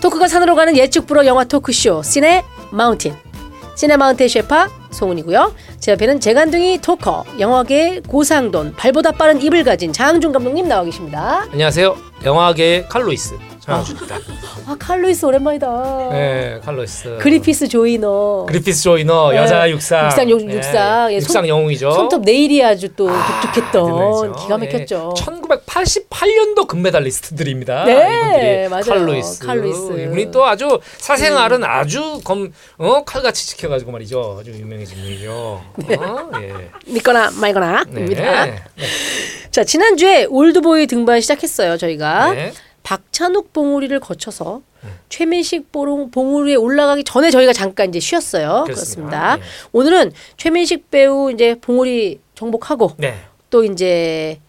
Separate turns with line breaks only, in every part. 한국과 산으로 가는 예측불허 영화 토크쇼 시네 마운틴 시네 마운틴 셰파 송은이고요. 제 옆에는 재간둥이 토커 영화계의 고상돈 발보다 빠른 입을 가진 장항준 감독님 나와 계십니다.
안녕하세요. 영화계의 칼로이스 장항준입니다.
아 칼로이스 오랜만이다.
네, 칼로이스.
그리피스 조이너.
그리피스 조이너
네.
여자 육상.
육상 용- 육상.
예,
예,
육상
손-
영웅이죠.
손톱 네일이 아주 또
아,
독특했던
대단하죠.
기가 막혔죠.
예, 1988년도 금메달리스트들입니다.
네,
이분들이
맞아요.
칼로이스.
칼로이스. 음.
이분이 또 아주 사생활은 아주 검 어, 칼같이 지켜가지고 말이죠. 아주 유명해진 분이죠. 어? 예.
믿거나
네.
네. 말거나입니다.
네.
자 지난주에 올드보이 등반 시작했어요 저희가.
네.
박찬욱 봉우리를 거쳐서 최민식 봉- 봉우리에 올라가기 전에 저희가 잠깐 이제 쉬었어요.
그렇습니다.
그렇습니다. 오늘은 최민식 배우 이제 봉우리 정복하고
네.
또 이제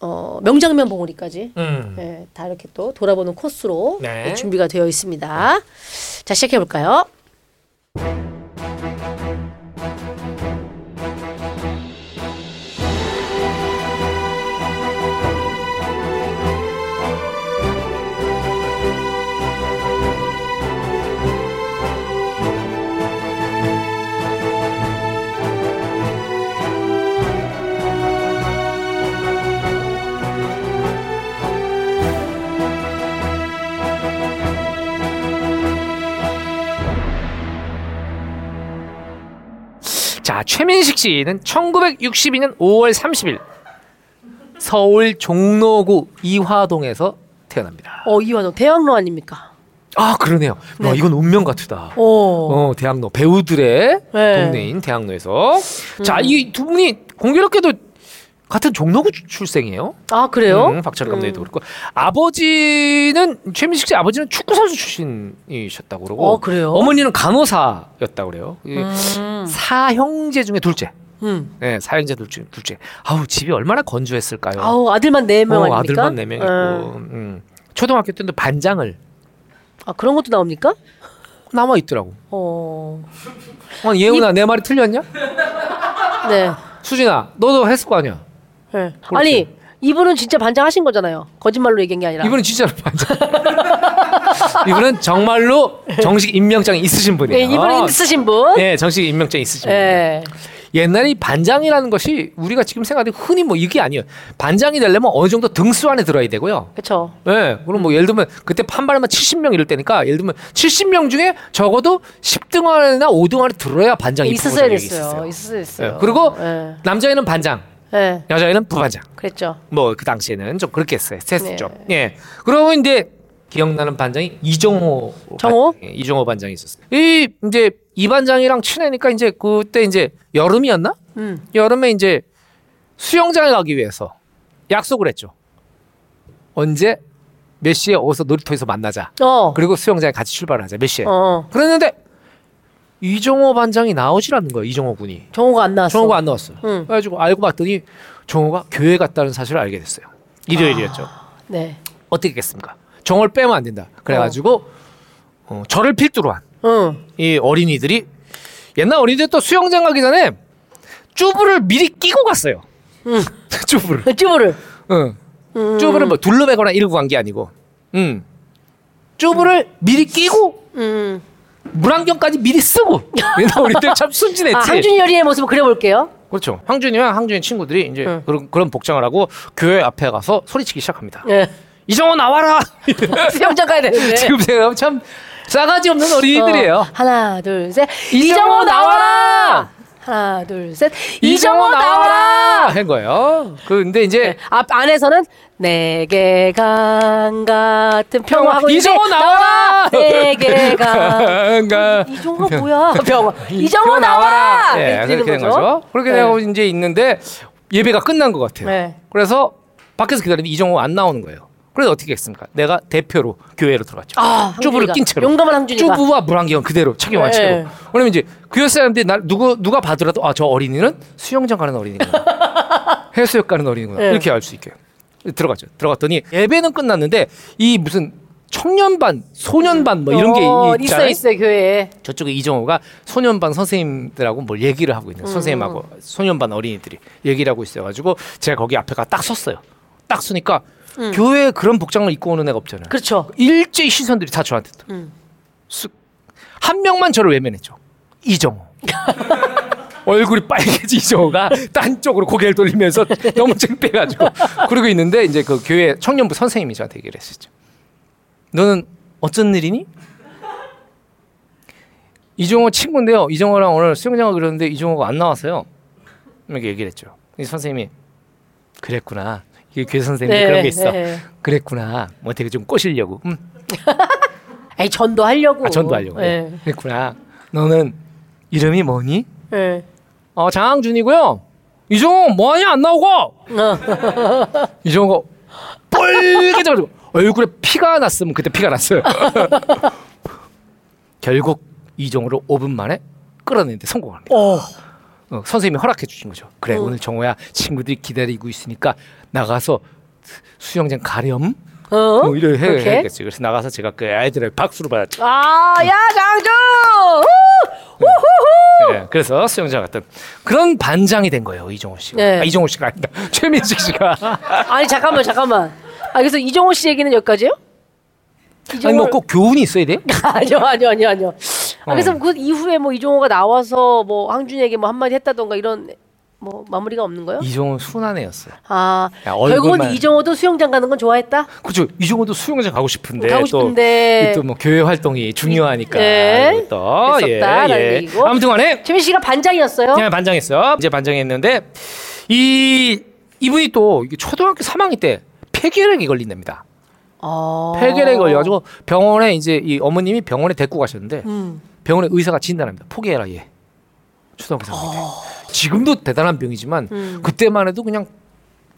어, 명장면 봉우리까지
음.
예, 다 이렇게 또 돌아보는 코스로
네.
예, 준비가 되어 있습니다. 자 시작해 볼까요?
자, 최민식 씨는 1962년 5월 30일 서울 종로구 이화동에서 태어납니다.
어 이완호 대학로 아닙니까?
아, 그러네요. 와, 이건 운명 같으다.
어.
어, 대학로 배우들의
네. 음.
동네인 대학로에서 자, 이 두 분이 공교롭게도 같은 종로구 출- 출생이에요.
아 그래요?
음, 박찬욱 감독님도 그렇고 아버지는 최민식 씨 아버지는 축구 선수 출신이셨다고 그러고
어, 그래요?
어머니는 간호사였다고 그래요. 이
음.
사형제 중에 둘째.
음.
네, 사형제 둘째, 둘째. 아우 집이 얼마나 건조했을까요.
아우 아들만 네 명
어,
아닙니까?
아들만 네 명이고
예.
음. 초등학교 때도 반장을
아 그런 것도 나옵니까?
남아 있더라고.
어.
어, 예은아 내 말이 틀렸냐?
네.
수진아 너도 했을 거 아니야.
네. 아니 이분은 진짜 반장하신 거잖아요. 거짓말로 얘기한 게 아니라.
이분은 진짜로 반장. 이분은 정말로 정식 임명장이 있으신
네,
분이에요.
이분은 쓰신 분.
예, 정식 임명장이 있으신 분.
예.
옛날에 이 반장이라는 것이 우리가 지금 생각하는 흔히 뭐 이게 아니에요. 반장이 되려면 어느 정도 등수 안에 들어야 되고요.
그렇죠.
예. 그럼 뭐 예를 들면 그때 판발만 70명 이럴 때니까 예를 들면 70명 중에 적어도 10등 안에나 5등 안에 들어야 아, 반장이
네, 있었어야
부부장이
됐어요. 있었어야 됐어요.
예, 그리고
예.
남자애는 반장,
예.
여자애는 부반장.
그랬죠.
뭐 그 당시에는 좀 그렇게 했어요. 했죠.
네.
예. 그러고 이제 기억나는 반장이 이정호
정호?
반- 예, 이정호 반장이 있었어요. 이 이제 이 반장이랑 친해니까 이제 그때 이제 여름이었나?
음.
여름에 이제 수영장에 가기 위해서 약속을 했죠. 언제 몇 시에 어디서 놀이터에서 만나자.
어.
그리고 수영장에 같이 출발하자. 몇 시에.
어.
그랬는데 이정호 반장이 나오질 않는 거예요. 이정호 군이.
정호가 안 나왔어.
정호가 안 나왔어요.
응.
그래가지고 알고 봤더니 정호가 교회 갔다는 사실을 알게 됐어요. 일요일이었죠.
네.
어떻게 했겠습니까? 정호를 빼면 안 된다. 그래가지고 어, 저를 필두로 한
응.
이 어린이들이 옛날 어린이들 또 수영장 가기 전에 쭈부를 미리 끼고 갔어요.
음.
쭈부를.
쭈부를.
응. 쭈부를 뭐 둘러매거나 이러고 간 게 아니고. 음. 쭈부를 미리 끼고
음.
물안경까지 미리 쓰고. 옛날 어린이들 참
아,
순진했지.
한준열이의 모습을 그려볼게요.
그렇죠. 황준이와 황준이 친구들이 이제
응.
그런 그런 복장을 하고 교회 앞에 가서 소리치기 시작합니다.
예. 네.
이정호 나와라.
수영장 가야 되는데.
지금 생각하면 참 싸가지 없는
어,
어린이들이에요.
하나, 둘, 셋.
이정호
이정호 나와라.
나와라!
하나, 둘, 셋. 이정호 나와라.
한 거예요. 그 근데 이제
앞 아, 안에서는 내게 강 같은 평화 하고
이정호
있는데
나와라.
내게 강
뭔가
네. 아, 이정호 뭐야 평화 이정호
이거
나와라
예,
이렇게
그렇게
되는
된 거죠. 그렇게
네.
되고 이제 있는데 예배가 끝난 것 같아요.
네.
그래서 밖에서 기다리는데 이정호 안 나오는 거예요. 그래서 어떻게 했습니까? 내가 대표로 교회로 들어갔죠.
아,
쭈부를
항준이가.
낀 채로.
용감한 항준이가.
쭈부와 물안경 그대로 착용한
네.
채로. 왜냐면 이제 교회 사람들이 날 누구 누가 봐더라도 아 저 어린이는 수영장 가는 어린이구나. 해수욕 가는 어린이구나.
네.
이렇게 알 수 있게. 들어갔죠. 들어갔더니 예배는 끝났는데 이 무슨 청년반, 소년반 뭐 이런
어,
게 있잖아요.
있어 있어 교회에
저쪽에 이정호가 소년반 선생님들하고 뭘 얘기를 하고 있는 거예요. 선생님하고 소년반 어린이들이 얘기를 하고 있어가지고 제가 거기 앞에가 딱 섰어요. 딱 서니까 교회에 그런 복장을 입고 오는 애가 없잖아요.
그렇죠.
일제히 시선들이 다 저한테 들어.
음.
수- 한 명만 저를 외면했죠. 이정호. 얼굴이 빨개지 이정호가 딴 쪽으로 고개를 돌리면서 너무 창피해가지고 그러고 있는데 이제 그 교회 청년부 선생님이 저한테 얘기를 했었죠. 너는 어쩐 일이니? 이정호 친구인데요. 이정호랑 오늘 수영장 가기로 했는데 이정호가 안 나와서요. 이렇게 얘기를 했죠. 이 선생님이 그랬구나. 이게 교회 선생님이 그런 게 있어.
네.
그랬구나. 뭐 되게 좀 꼬시려고. 음,
아니 전도하려고.
아, 전도하려고.
예.
그랬구나. 너는 이름이 뭐니?
예.
어, 장항준이고요. 이종호 뭐하냐 안 나오고. 이종호가 빨개져가지고 얼굴에 피가 났으면 그때 피가 났어요. 결국 이종호를 5분 만에 끌어내는데 성공합니다.
어.
어, 선생님이 허락해 주신 거죠. 그래 오늘 정호야 친구들이 기다리고 있으니까 나가서 수- 수영장 가렴.
어.
뭐 이래 해-
그렇게?
해야겠지. 그래서 나가서 제가 그 아이들을 박수로 받았죠.
아, 야 장준.
예, 그래서 수영장 갔던 그런 반장이 된 거예요 이종호 씨가
네.
아, 이종호 씨가 아니다 최민식 씨가
아니 잠깐만 잠깐만. 아 그래서 이정호 씨 얘기는 여기까지요?
아니 뭐 꼭 교훈이 있어야 돼요?
아니요 아니요 아니요 아니요. 아, 그래서
어.
그 이후에 뭐 이종호가 나와서 뭐 항준에게 뭐 한마디 했다던가 이런 뭐 마무리가 없는 거요?
이종호 순한 애였어요.
아
야,
결국은
얼굴만-
이종호도 수영장 가는 건 좋아했다.
그렇죠 이종호도 수영장 가고 싶은데
가고 싶은데.
또뭐 교회 활동이 중요하니까
예.
이것도 예.
됐었다라는 얘기고.
아무튼간에
최민 씨가 반장이었어요.
그냥 반장했어 이제 반장했는데 이 이분이 또 이게 초등학교 3학년 때 폐결핵이 걸린답니다.
어.
폐결핵이 걸려가지고 병원에 이제 이 어머님이 병원에 데리고 가셨는데
음.
병원의 의사가 진단합니다. 포기해라 얘. 초등학교 3학년 때. 지금도 대단한 병이지만
음.
그때만 해도 그냥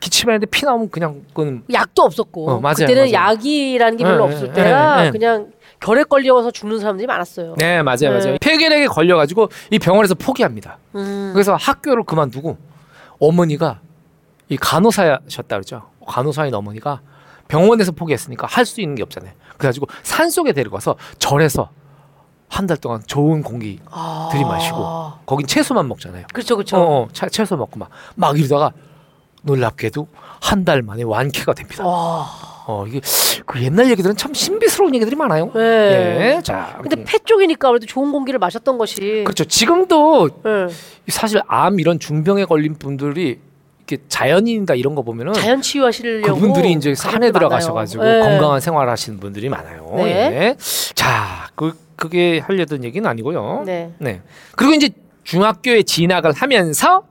기침하는데 피 나오면 그냥 그건
약도 없었고
어, 맞아요,
그때는
맞아요.
약이라는 게 별로
예,
없을
예,
때라
예, 예.
그냥 결핵 걸려서 죽는 사람들이 많았어요.
네 맞아요
네.
맞아요 폐결핵에 걸려가지고 이 병원에서 포기합니다.
음.
그래서 학교를 그만두고 어머니가 이 간호사셨다 그랬죠. 간호사인 어머니가 병원에서 포기했으니까 할 수 있는 게 없잖아요. 그래가지고 산 속에 데리고서 절에서 한 달 동안 좋은 공기
아.
들이마시고 거긴 채소만 먹잖아요.
그렇죠 그렇죠.
어, 어, 채- 채소 먹고 막, 막 이러다가 놀랍게도 한 달 만에 완쾌가 됩니다.
와.
어, 이게 그 옛날 얘기들은 참 신비스러운 얘기들이 많아요.
네.
예, 자,
아, 근데
음,
폐 쪽이니까 아무래도 좋은 공기를 마셨던 것이.
그렇죠. 지금도
예.
사실 암 이런 중병에 걸린 분들이 이렇게 자연인이다 이런 거 보면은
자연 치유하시려고
그분들이 이제 산에
가족들
들어가셔가지고
많아요. 예.
건강한 생활 하시는 분들이 많아요.
네.
예. 자, 그 그게 하려던 얘기는 아니고요.
네.
네. 그리고 이제 중학교에 진학을 하면서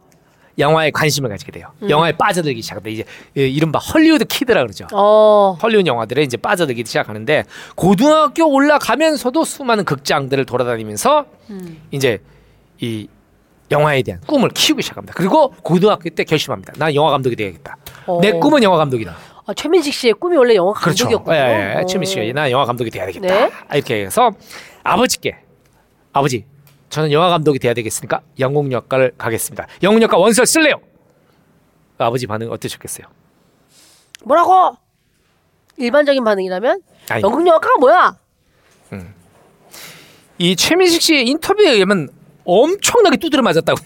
영화에 관심을 가지게 돼요.
음.
영화에 빠져들기 시작합니다. 이제 예, 이른바 헐리우드 키드라 그러죠.
어.
헐리우드 영화들에 이제 빠져들기 시작하는데 고등학교 올라가면서도 수많은 극장들을 돌아다니면서
음.
이제 이 영화에 대한 꿈을 키우기 시작합니다. 그리고 고등학교 때 결심합니다. 난 영화 감독이 되야겠다.
어.
내 꿈은 영화 감독이다.
아, 최민식 씨의 꿈이 원래 영화
그렇죠.
감독이었거든요.
예, 예.
어.
최민 씨가 나 영화 감독이 돼야 되겠다.
네.
아, 이렇게 해서 아버지께 아버지 저는 영화 감독이 돼야 되겠으니까 영국역과를 가겠습니다. 영국역과 원서 쓸래요. 아버지 반응 어떠셨겠어요?
어. 뭐라고? 일반적인 반응이라면
아니.
영국 영화가 뭐야?
이 최민식 씨의 인터뷰에 의하면 엄청나게 두드려 맞았다고.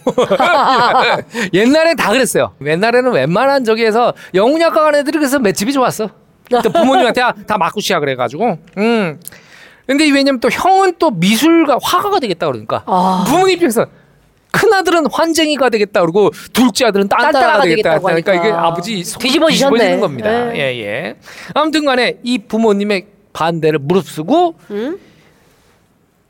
옛날엔 다 그랬어요. 옛날에는 웬만한 저기에서 영문학과 간 애들이 그래서 맷집이 좋았어. 또 부모님한테 아, 다 마쿠시야 그래가지고. 음. 근데 왜냐면 또 형은 또 미술가 화가가 되겠다 그러니까
아.
부모님 입장에서 큰 아들은 환쟁이가 되겠다 그러고 둘째 아들은 딴따라가
딴따라가
되겠다
되겠다고
그러니까 이게
하니까.
아버지 속이
뒤집어지셨네.
뒤집어지는 겁니다.
네.
예예. 아무튼간에 이 부모님의 반대를 무릅쓰고
응?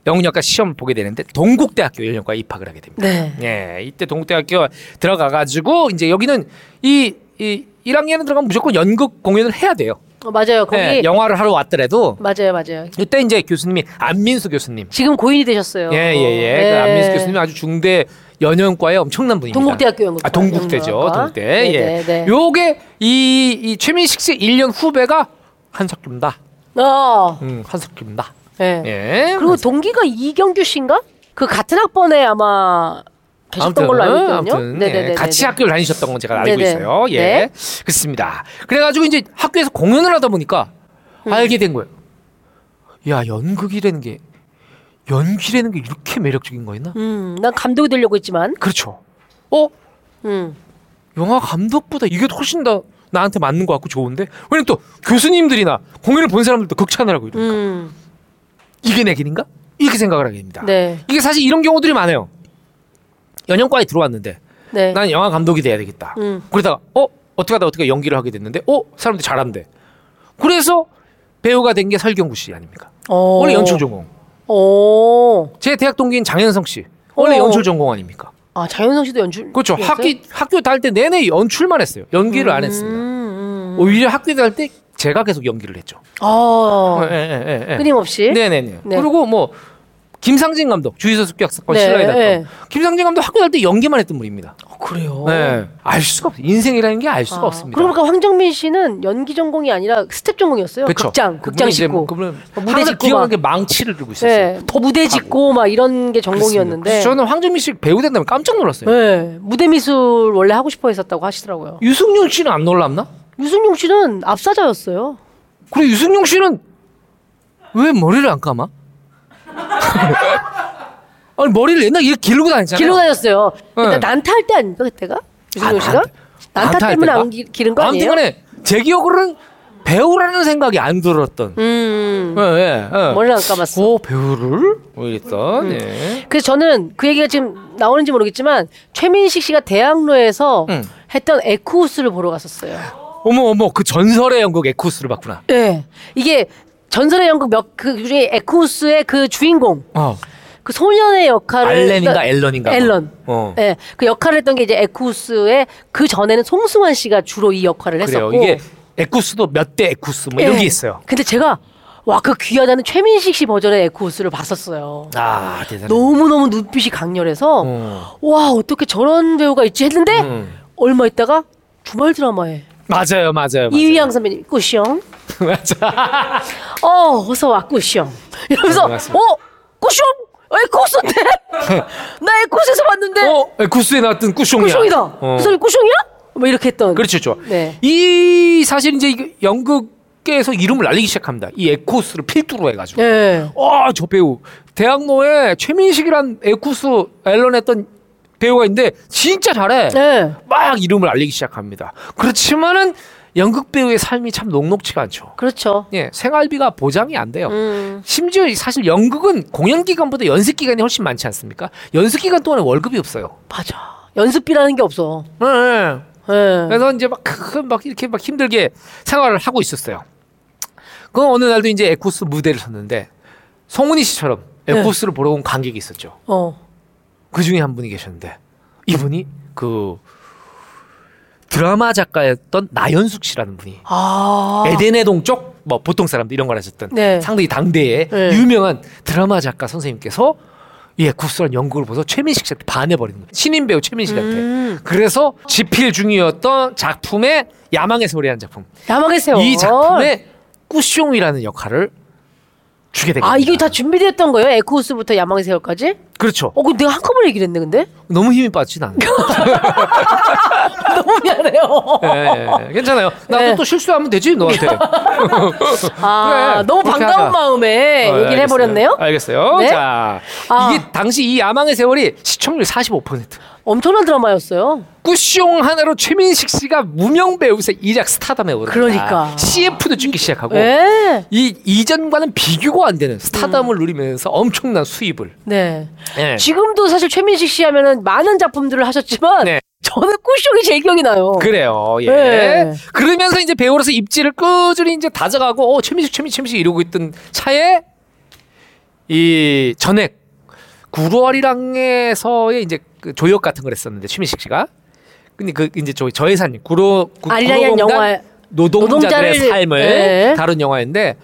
영문학과 시험을 보게 되는데 동국대학교 영문학과 입학을 하게 됩니다.
네.
예, 이때 동국대학교 들어가 가지고 이제 여기는 이, 이 1학년에 들어가면 무조건 연극 공연을 해야 돼요.
어, 맞아요. 거기
예, 영화를 하러 왔더라도
맞아요, 맞아요.
이때 이제 교수님이 안민수 교수님.
지금 고인이 되셨어요.
예, 예, 예.
네.
그 안민수 교수님 아주 중대 연연과의 엄청난 분입니다.
동국대학교 연극.
아, 동국대죠.
연극과.
동국대.
네,
예.
네, 네.
요게 이, 이 최민식 씨 1년 후배가 한석규입니다.
어.
음, 한석규입니다.
예.
예.
그리고 동기가 이경규 씨인가? 그 같은 학번에 아마 계셨던 걸로 알고 있거든요. 네,
아무튼 예, 같이 학교를 다니셨던 건 제가 알고
네네.
있어요. 예,
네.
그렇습니다. 그래가지고 이제 학교에서 공연을 하다 보니까
음.
알게 된 거예요. 야 연극이라는 게 연기라는 게 이렇게 매력적인 거였나?
음, 난 감독이 되려고 했지만.
그렇죠. 어
음.
영화 감독보다 이게 훨씬 더 나한테 맞는 것 같고 좋은데 왜냐면 또 교수님들이나 공연을 본 사람들도 극찬을 하고 이러
음.
이게 내 길인가? 이렇게 생각을 하게 됩니다.
네.
이게 사실 이런 경우들이 많아요. 연영과에 들어왔는데
네.
난 영화 감독이 돼야 되겠다.
음.
그러다가 어 어떻게 하다 어떻게 연기를 하게 됐는데 어 사람들 이 잘한대. 그래서 배우가 된 게 설경구 씨 아닙니까?
어.
원래 연출 전공.
오.
제 대학 동기인 장현성 씨 원래
어.
연출 전공 아닙니까?
아, 장윤성 씨도 연출.
그렇죠.
했어요?
학기 학교 다닐 때 내내 연출만 했어요. 연기를 안 했습니다.
음, 음.
오히려 학교 다닐 때 제가 계속 연기를 했죠.
어.
예, 예, 예, 예.
끊임없이.
네네네.
네.
그리고 뭐 김상진 감독 주의서 습격 사건
네,
실화에 났던
네.
김상진 감독 학교 다닐 때 연기만 했던 분입니다.
어, 그래요.
네. 알 수가 없어. 인생이라는 게 알 수가
아,
없습니다.
그러고 보니까 황정민 씨는 연기 전공이 아니라 스텝 전공이었어요.
그쵸.
극장,
그분은
극장
이제 뭐
짓고.
그분은
무대
항상
짓고
기억하는
막.
게 망치를 들고 있었어요. 아,
네, 무대 짓고 막 이런 게 전공이었는데.
그래서 저는 황정민 씨 배우 된다면 깜짝 놀랐어요.
네, 무대 미술 원래 하고 싶어 했었다고 하시더라고요.
유승용 씨는 안 놀랐나?
유승용 씨는 앞사자였어요.
그리고 유승용 씨는 왜 머리를 안 감아? 아니 머리를 옛날 이렇게 기르고 다녔잖아요.
길로 다녔어요.
네.
일단 난타 할 때 아닌가 그때가 유승용
아,
씨가
난타-
난타,
난타 할
때문에
때가?
안 기, 기른 거 아니에요?
아무튼간에 제 기억으로는 배우라는 생각이 안 들었던.
음,
예, 예, 예.
머리를 음. 안 감았어.
어 배우를 뭐 이랬던. 예.
그래서 저는 그 얘기가 지금 나오는지 모르겠지만 최민식 씨가 대학로에서
음.
했던 에쿠우스를 보러 갔었어요.
어머 어머 그 전설의 연극 에쿠스를 봤구나.
네, 이게 전설의 연극 몇그 중에 에쿠우스의 그 주인공
어.
그 소년의 역할을
알렌인가 앨런인가. 봐.
앨런.
어.
예, 그 역할을 했던 게 이제 에쿠스의 그 전에는 송승환 씨가 주로 이 역할을
그래요.
했었고
이게 에쿠스도 몇 대 에쿠스 뭐 이런
예.
게 있어요.
근데 제가 와 그 귀하다는 최민식 씨 버전의 에쿠스를 봤었어요.
아 대단해.
너무 너무 눈빛이 강렬해서
어.
와 어떻게 저런 배우가 있지 했는데
음.
얼마 있다가 주말 드라마에
맞아요, 맞아요. 맞아요.
이휘양 선배님 꾸시영
맞아.
어 어서 와 꾸시영 이러면서
네, 맞습니다.
어 꾸시영 에쿠스인데 나 에쿠스에서 봤는데
어, 에쿠스에 나왔던 꾸숑이야.
꾸시영이다
어.
그 사람이 꾸시영이야? 뭐 이렇게 했던
그렇죠, 그렇죠.
네.
이 사실 이제 이 연극계에서 이름을 날리기 시작합니다. 이 에쿠스를 필두로 해가지고.
예.
와, 저 배우 대학로에 최민식이란 에쿠스 앨런했던 배우가 있는데 진짜 잘해.
네.
막 이름을 알리기 시작합니다. 그렇지만은 연극 배우의 삶이 참 녹록치가 않죠.
그렇죠.
예, 생활비가 보장이 안 돼요.
음.
심지어 이- 사실 연극은 공연 기간보다 연습 기간이 훨씬 많지 않습니까? 연습 기간 동안에 월급이 없어요.
맞아. 연습비라는 게 없어.
예, 예.
예.
그래서 이제 막, 그- 막 이렇게 막 힘들게 생활을 하고 있었어요. 그 어느 날도 이제 에쿠스 무대를 섰는데 송은희 씨처럼 에쿠스를 보러 온 관객이 있었죠.
어.
그 중에 한 분이 계셨는데 이분이 그 드라마 작가였던 나연숙 씨라는 분이
아.
에덴의 동쪽 뭐 보통 사람들 이런 걸 하셨던
네.
상당히 당대의
네.
유명한 드라마 작가 선생님께서 예, 구스란 연극을 보서 최민식 씨한테 반해버리는 거예요. 신인 배우 최민식한테.
음.
그래서 집필 중이었던 작품의 야망의 소리라는 작품.
야망의 세월.
이 작품에 꾸숑이라는 역할을 주게 됩니다.
아, 이게 다 준비됐던 거예요? 에코우스부터 야망의 세월까지?
그렇죠.
어, 그 내가 한꺼번에 얘기를 했네, 근데?
너무 힘이 빠지진 않아요.
너무 미안해요.
예, 예, 괜찮아요. 나도
네.
또 실수하면 되지 너한테.
아,
그래,
너무
그렇게
반가운
하자.
마음에
어,
얘기를
알겠어요.
해버렸네요?
알겠어요.
네.
자,
아.
이게 당시 이 야망의 세월이 시청률 45%.
엄청난 드라마였어요.
꾸숑 하나로 최민식 씨가 무명 배우에서 이작 스타덤에 오르다.
그러니까.
CF도 찍기 시작하고
예.
이 이전과는 비교가 안 되는 스타덤을 누리면서 엄청난 수입을.
네.
예.
음. 지금도 사실 최민식 씨 하면은 많은 작품들을 하셨지만,
네.
저는 꾸시옥이 제일 기억이 나요.
그래요. 예.
네.
그러면서 이제 배우로서 입지를 꾸준히 이제 다져가고 어, 최민식 최민식 최민식 이러고 있던 차에 이 전액 구로아리랑에서의 이제 그 조역 같은 걸 했었는데 최민식 씨가 근데 그 이제 저 저예산 구로 구-
아리랑이란
구로공단
영화-
노동자들의
노동자를-
삶을
네.
다룬 영화인데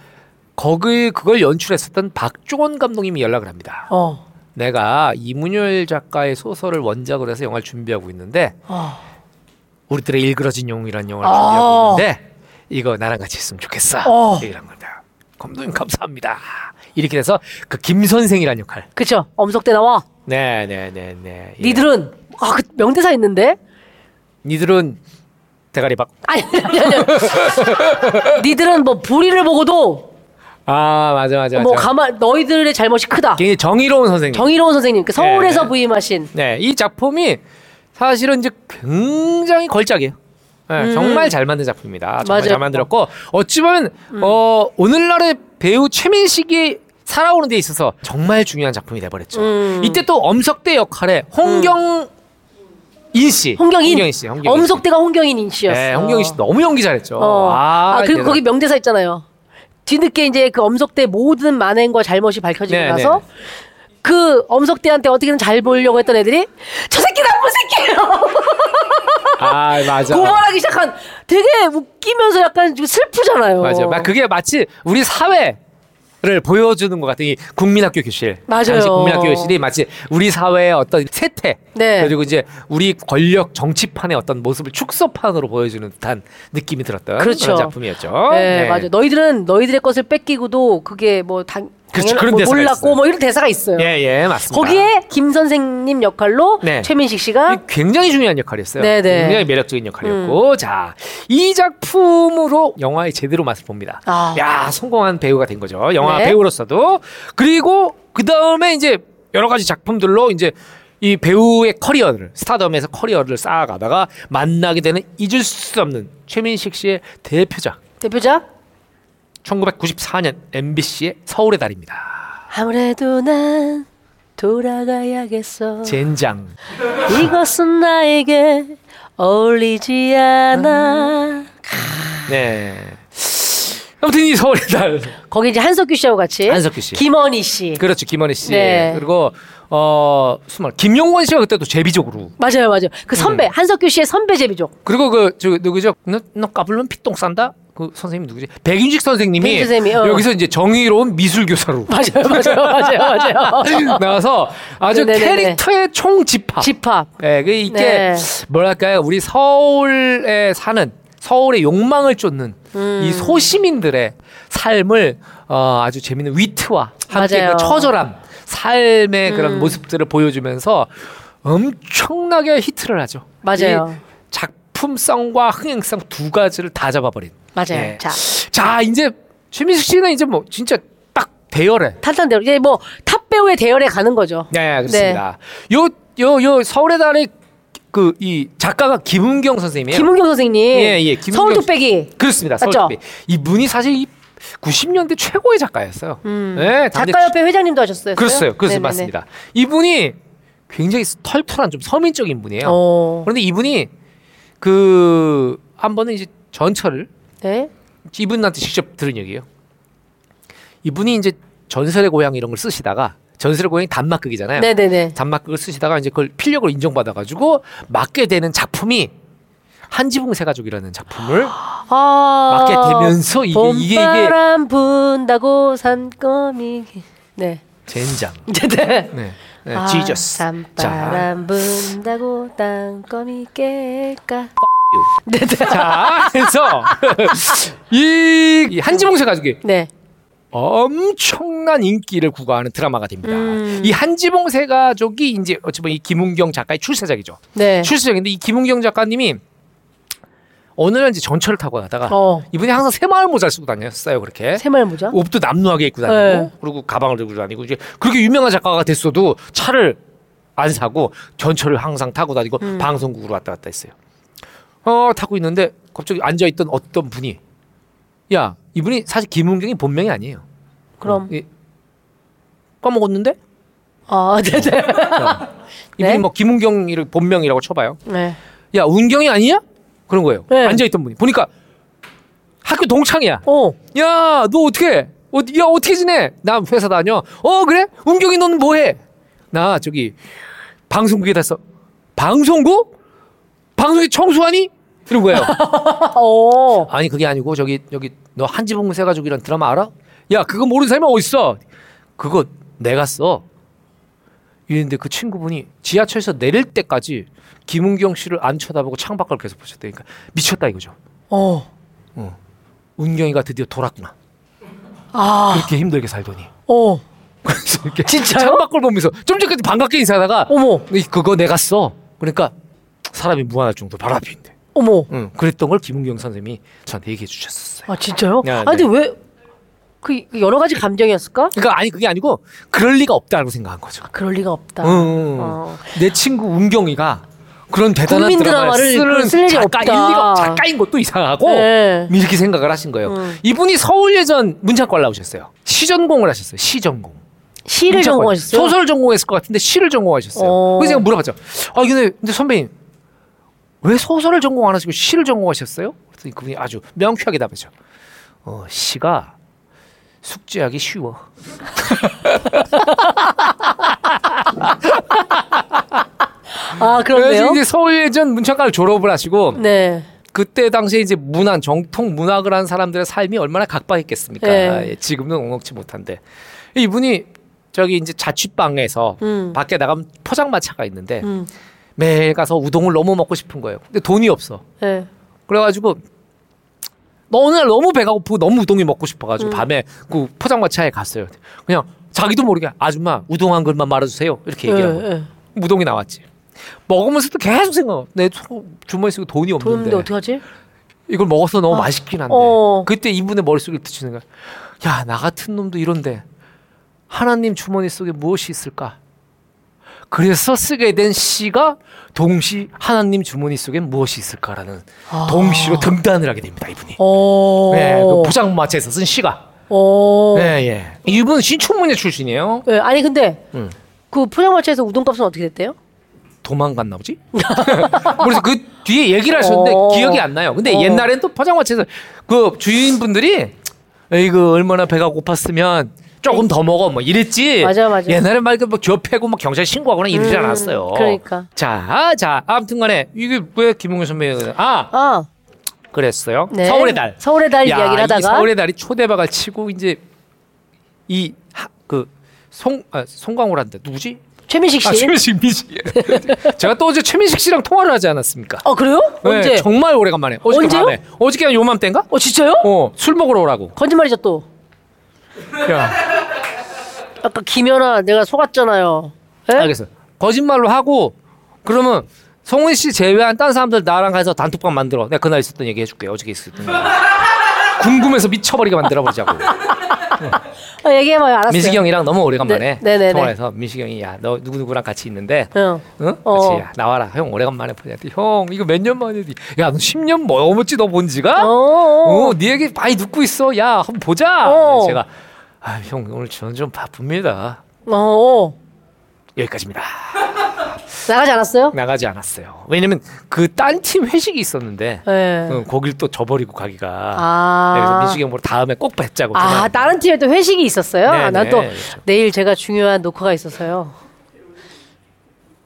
거기 그걸 연출했었던 박종원 감독님이 연락을 합니다.
어.
내가 이문열 작가의 소설을 원작으로 해서 영화를 준비하고 있는데
어.
우리들의 일그러진 영웅이라는 영화를
아.
준비하고 있는데 이거 나랑 같이 했으면 좋겠어
어.
얘기한 겁니다 감독님 감사합니다 이렇게 돼서 그 김 선생이라는 역할 네,
그쵸. 엄석대 나와.
네네네네 예.
니들은, 아, 그 명대사 있는데?
니들은 대가리 박
아니, 아니, 아니. 니들은 뭐 불의를 보고도
아 맞아 맞아 맞아
뭐 가만 너희들의 잘못이 크다.
굉장히 정의로운 선생님
정의로운 선생님, 그 서울에서
네.
부임하신.
네이 작품이 사실은 이제 굉장히 걸작이에요 예,
음.
정말 잘 만든 작품입니다. 정말
맞아요. 음.
잘 만들었고 어찌 보면 어, 오늘날의 배우 최민식이 살아오는 데 있어서 정말 중요한 작품이 돼버렸죠.
음.
이때 또 엄석대 역할에 홍경인 씨,
홍경인.
씨, 홍경인 씨.
엄석대가 홍경인 씨였어.
네, 홍경인 씨 너무 연기 잘했죠.
어. 아, 그리고
대단-
거기 명대사 있잖아요. 뒤늦게 이제 그 엄석대 모든 만행과 잘못이 밝혀지고
네,
나서 그 엄석대한테 어떻게든 잘 보려고 했던 애들이 저 새끼 나쁜 새끼예요.
아 맞아.
고발하기 시작한 되게 웃기면서 약간 좀 슬프잖아요.
맞아요. 막 그게 마치 우리 사회 를 보여주는 것 같은 이 국민학교 교실.
맞아요.
당시 국민학교 교실이 마치 우리 사회의 어떤 세태
네.
그리고 이제 우리 권력 정치판의 어떤 모습을 축소판으로 보여주는 듯한 느낌이 들었던
그렇죠.
런 작품이었죠.
네, 맞아. 너희들은 너희들의 것을 뺏기고도 그게 뭐 당,
그렇죠.
당연한-
그런
뭐
대사가
몰랐고
있어요.
뭐 이런 대사가 있어요.
예, 예, 맞습니다.
거기에 김 선생님 역할로
네.
최민식 씨가
굉장히 중요한 역할이었어요.
아. 네, 음. 네.
굉장히 매력적인 역할이었고, 자, 이 작품으로 영화의 제대로 맛을 봅니다.
아.
야, 성공한 배우가 된 거죠. 영화
네.
배우로서도. 그리고 그 다음에 이제 여러 가지 작품들로 이제 이 배우의 커리어를 스타덤에서 커리어를 쌓아가다가 만나게 되는 잊을 수 없는 최민식 씨의 대표작
대표작
1994년 MBC의 서울의 달입니다.
아무래도 난 돌아가야겠어.
젠장.
이것은 나에게 어울리지 않아.
네. 아무튼 이 서울의 달.
거기 이제 한석규 씨하고 같이
한석규 씨.
김원희 씨.
그렇죠 김원희 씨
네.
그리고 어 수말 김용권 씨가 그때도 제비족으로
맞아요, 맞아요.
네.
그 선배 한석규 씨의 선배 제비족.
그리고 그 저 누구죠 너, 너 까불면 피똥 싼다 그 선생님 누구지 백윤식 선생님이
백윤식 선생님이, 어.
여기서 이제 정의로운 미술 교사로
맞아요, 맞아요, 맞아요, 맞아요.
나와서 아주
네네네네.
캐릭터의 총집합
집합.
예, 그 이게
네.
뭐랄까요? 우리 서울에 사는 서울의 욕망을 쫓는
음.
이 소시민들의 삶을 어, 아주 재밌는 위트와 함께
맞아요. 음.
그 처절함 삶의 그런 모습들을 보여주면서 엄청나게 히트를 하죠.
맞아요.
이 작품성과 흥행성 두 가지를 다 잡아버린.
맞아요.
예.
네, 자.
자, 이제 최민숙 씨는 이제 뭐 진짜 딱 대열에
탄탄대로 이제 뭐 탑 배우의 대열에 가는 거죠.
네, 그렇습니다. 요, 요, 요 서울의 달의 그 이 작가가 김은경 선생님이에요.
네. 김은경 선생님.
예, 예, 김은경
서울
씨.
뚝배기.
그렇습니다.
맞죠?
서울TV. 이분이 사실 이 90년대 최고의 작가였어요. 네, 당대
음, 작가협회 회장님도 하셨어요.
그렇어요. 그렇습
네네네.
맞습니다. 이분이 굉장히 털털한 좀 서민적인 분이에요.
어.
그런데 이분이 그 한 번은 이제 전철을
네.
이분한테 직접 들은 얘기예요. 이분이 이제 전설의 고향 이런 걸 쓰시다가 전설의 고향이 단막극이잖아요.
네네네.
단막극을 쓰시다가 이제 그걸 필력으로 인정받아가지고 맡게 되는 작품이 한지붕 새가족이라는 작품을
아.
맡게 되면서 이게- 이게- 이게-
봄바람 분다고 산거미. 네.
젠장.
네.
네. 네.
아,
지저스. 자,
산바람 분다고 땅거미 깰까.
자, 그래서 이, 이 한지봉 씨 가족이
네.
엄청난 인기를 구가하는 드라마가 됩니다.
음.
이 한지봉 세 가족이 이제 어찌 보면 이 김은경 작가의 출세작이죠.
네.
출세작인데 이 김은경 작가님이 어느 날 이제 전철을 타고 가다가
어.
이분이 항상 새마을 모자를 쓰고 다녔어요. 그렇게
새말 모자.
옷도 남루하게 입고 다니고
네.
그리고 가방을 들고 다니고 이제 그렇게 유명한 작가가 됐어도 차를 안 사고 전철을 항상 타고 다니고 방송국으로 왔다 갔다 했어요. 어 타고 있는데 갑자기 앉아 있던 어떤 분이 야 이분이 사실 김은경이 본명이 아니에요.
그럼.
예. 까먹었는데
아, 네네.
이분이
네?
뭐 김은경이를 본명이라고 쳐봐요.
네.
야 운경이 아니냐? 그런 거예요.
네.
앉아 있던 분이 보니까 학교 동창이야.
어.
야, 너 어떻게? 어, 야, 어떻게 지내? 나 회사 다녀. 어, 그래? 은경이 너는 뭐 해? 나 저기 방송국에 다서 방송국? 방송에 청소하니? 이런 거예요.
어.
아니, 그게 아니고 저기 여기 너 한지붕 새 가족이란 드라마 알아? 야, 그거 모르는 사람이 어디 있어? 그거 내가 써. 이랬는데 그 친구분이 지하철에서 내릴 때까지 김은경 씨를 안 쳐다보고 창밖을 계속 보셨다니까 미쳤다 이거죠.
어.
은경이가 드디어 돌았구나.
아.
그렇게 힘들게 살더니.
어.
그래서 이렇게
진짜요?
창밖을 보면서 좀 전까지 반갑게 인사하다가
어머.
이- 그거 내가 써 그러니까 사람이 무한할 정도 바로 앞인데
어머.
응, 그랬던 걸 김은경 선생님이 저한테 얘기해 주셨어요
아 진짜요?
야,
아 근데
네.
왜 그 여러 가지 감정이었을까?
그러니까 아니 그게 아니고 그럴 리가 없다고 생각한 거죠 음.
그럴 리가 없다.
응, 응, 응.
어.
내 친구 은경이가 그런 대단한
국민
드라마를
드라마를
쓰는
쓸 일이
작가,
없다.
일리가 작가인 것도 이상하고
네. 음.
이렇게 생각을 하신 거예요. 이분이 서울 예전 문창과 나오셨어요. 시전공을 하셨어요. 시전공.
시를
문창과.
전공하셨어요?
소설 전공했을 것 같은데 시를 전공하셨어요.
어.
그래서 제가 물어봤죠. 아 근데, 근데 선배님 왜 소설을 전공 안 하시고 시를 전공하셨어요? 그랬더니 그분이 아주 명쾌하게 답했죠. 어, 시가 숙제하기 쉬워.
아
그래서
그렇네요.
이제 서울 예전 문창과를 졸업을 하시고
네.
그때 당시에 이제 문화 정통 문학을 한 사람들의 삶이 얼마나 각박했겠습니까?
네.
예, 지금은 옹혹치 못한데 이분이 저기 이제 자취방에서
음.
밖에 나가면 포장마차가 있는데
음.
매일 가서 우동을 너무 먹고 싶은 거예요. 근데 돈이 없어.
네.
그래가지고 너 어느 날 너무 배가 고프고 너무 우동이 먹고
음.
싶어가지고 밤에 그 포장마차에 갔어요. 그냥 자기도 모르게 아줌마 우동 한 그릇만 말아주세요 이렇게 얘기하고
네, 네.
우동이 나왔지. 먹으면서도 계속 생각. 내 소- 주머니 속에 돈이 없는데.
돈인데 어떡하지?
이걸 먹어서 너무 맛있긴 한데
아, 어.
그때 이분의 머릿속에 드시는 거야 야나 같은 놈도 이런데 하나님 주머니 속에 무엇이 있을까 그래서 쓰게 된 시가 동시 하나님 주머니 속에 무엇이 있을까라는
아.
동시로 등단을 하게 됩니다 이분이
어.
네, 그 포장마차에서 쓴 시가
어.
네, 예. 이분은 신춘문예 출신이에요
네, 아니 근데
음.
그 포장마차에서 우동값은 어떻게 됐대요?
도망갔나 보지? 그래서 그 뒤에 얘기를 하셨는데
어.
기억이 안 나요. 근데
어.
옛날엔 또 포장마차에서 그 주인분들이 이거 얼마나 배가 고팠으면 조금 더 먹어 뭐 이랬지.
맞아, 맞아.
옛날에 막그막 괴롭히고 막 경찰 신고하거나 이러지 않았어요.
그러니까.
자, 자, 아무튼간에 이게 왜 김홍현 선배 아
아,
그랬어요.
네.
서울의 달.
서울의 달
야,
이야기를
이
하다가
서울의 달이 초대박을 치고 이제 이그송 아, 송강호란데 누구지?
최민식 씨.
아, 최민식 미씨. 제가 또 어제 최민식 씨랑 통화를 하지 않았습니까?
어 그래요? 언제?
네, 정말 오래간만에. 어저께
언제요?
밤에. 어저께 한 요맘때인가?
어 진짜요?
어, 술 먹으러 오라고.
거짓말이죠 또. 네?
야,
아까 김연아 내가 속았잖아요. 예?
알겠어. 거짓말로 하고 그러면 성훈 씨 제외한 딴 사람들 나랑 가서 단톡방 만들어. 내가 그날 있었던 얘기 해줄게. 어저께 있었던. 얘기. 궁금해서 미쳐버리게 만들어 보자고.
어, 얘기해봐요. 알았어요.
민식이 형이랑 너무
네, 네,
오래간만에
네, 네.
통화해서 민식이 형이 야 너 누구 누구랑 같이 있는데
응.
응?
어.
같이 야, 나와라 형 오래간만에 보자 형 이거 몇 년 만이지 야너 10년 넘었지 너 본 지가
어. 어.
어, 네 얘기 많이 듣고 있어. 야, 한번 보자.
어.
제가 아, 형 오늘 저는 좀 바쁩니다.
어.
여기까지입니다.
나가지 않았어요?
나가지 않았어요. 왜냐면 그 딴 팀 회식이 있었는데
예.
어, 거길 또 저버리고 가기가.
아.
네, 그래서 민식이 형 보러 다음에 꼭 뵙자고.
아,
전화를
다른 팀에 또 회식이 있었어요?
네,
난
네,
또
그렇죠.
내일 제가 중요한 녹화가 있어서요.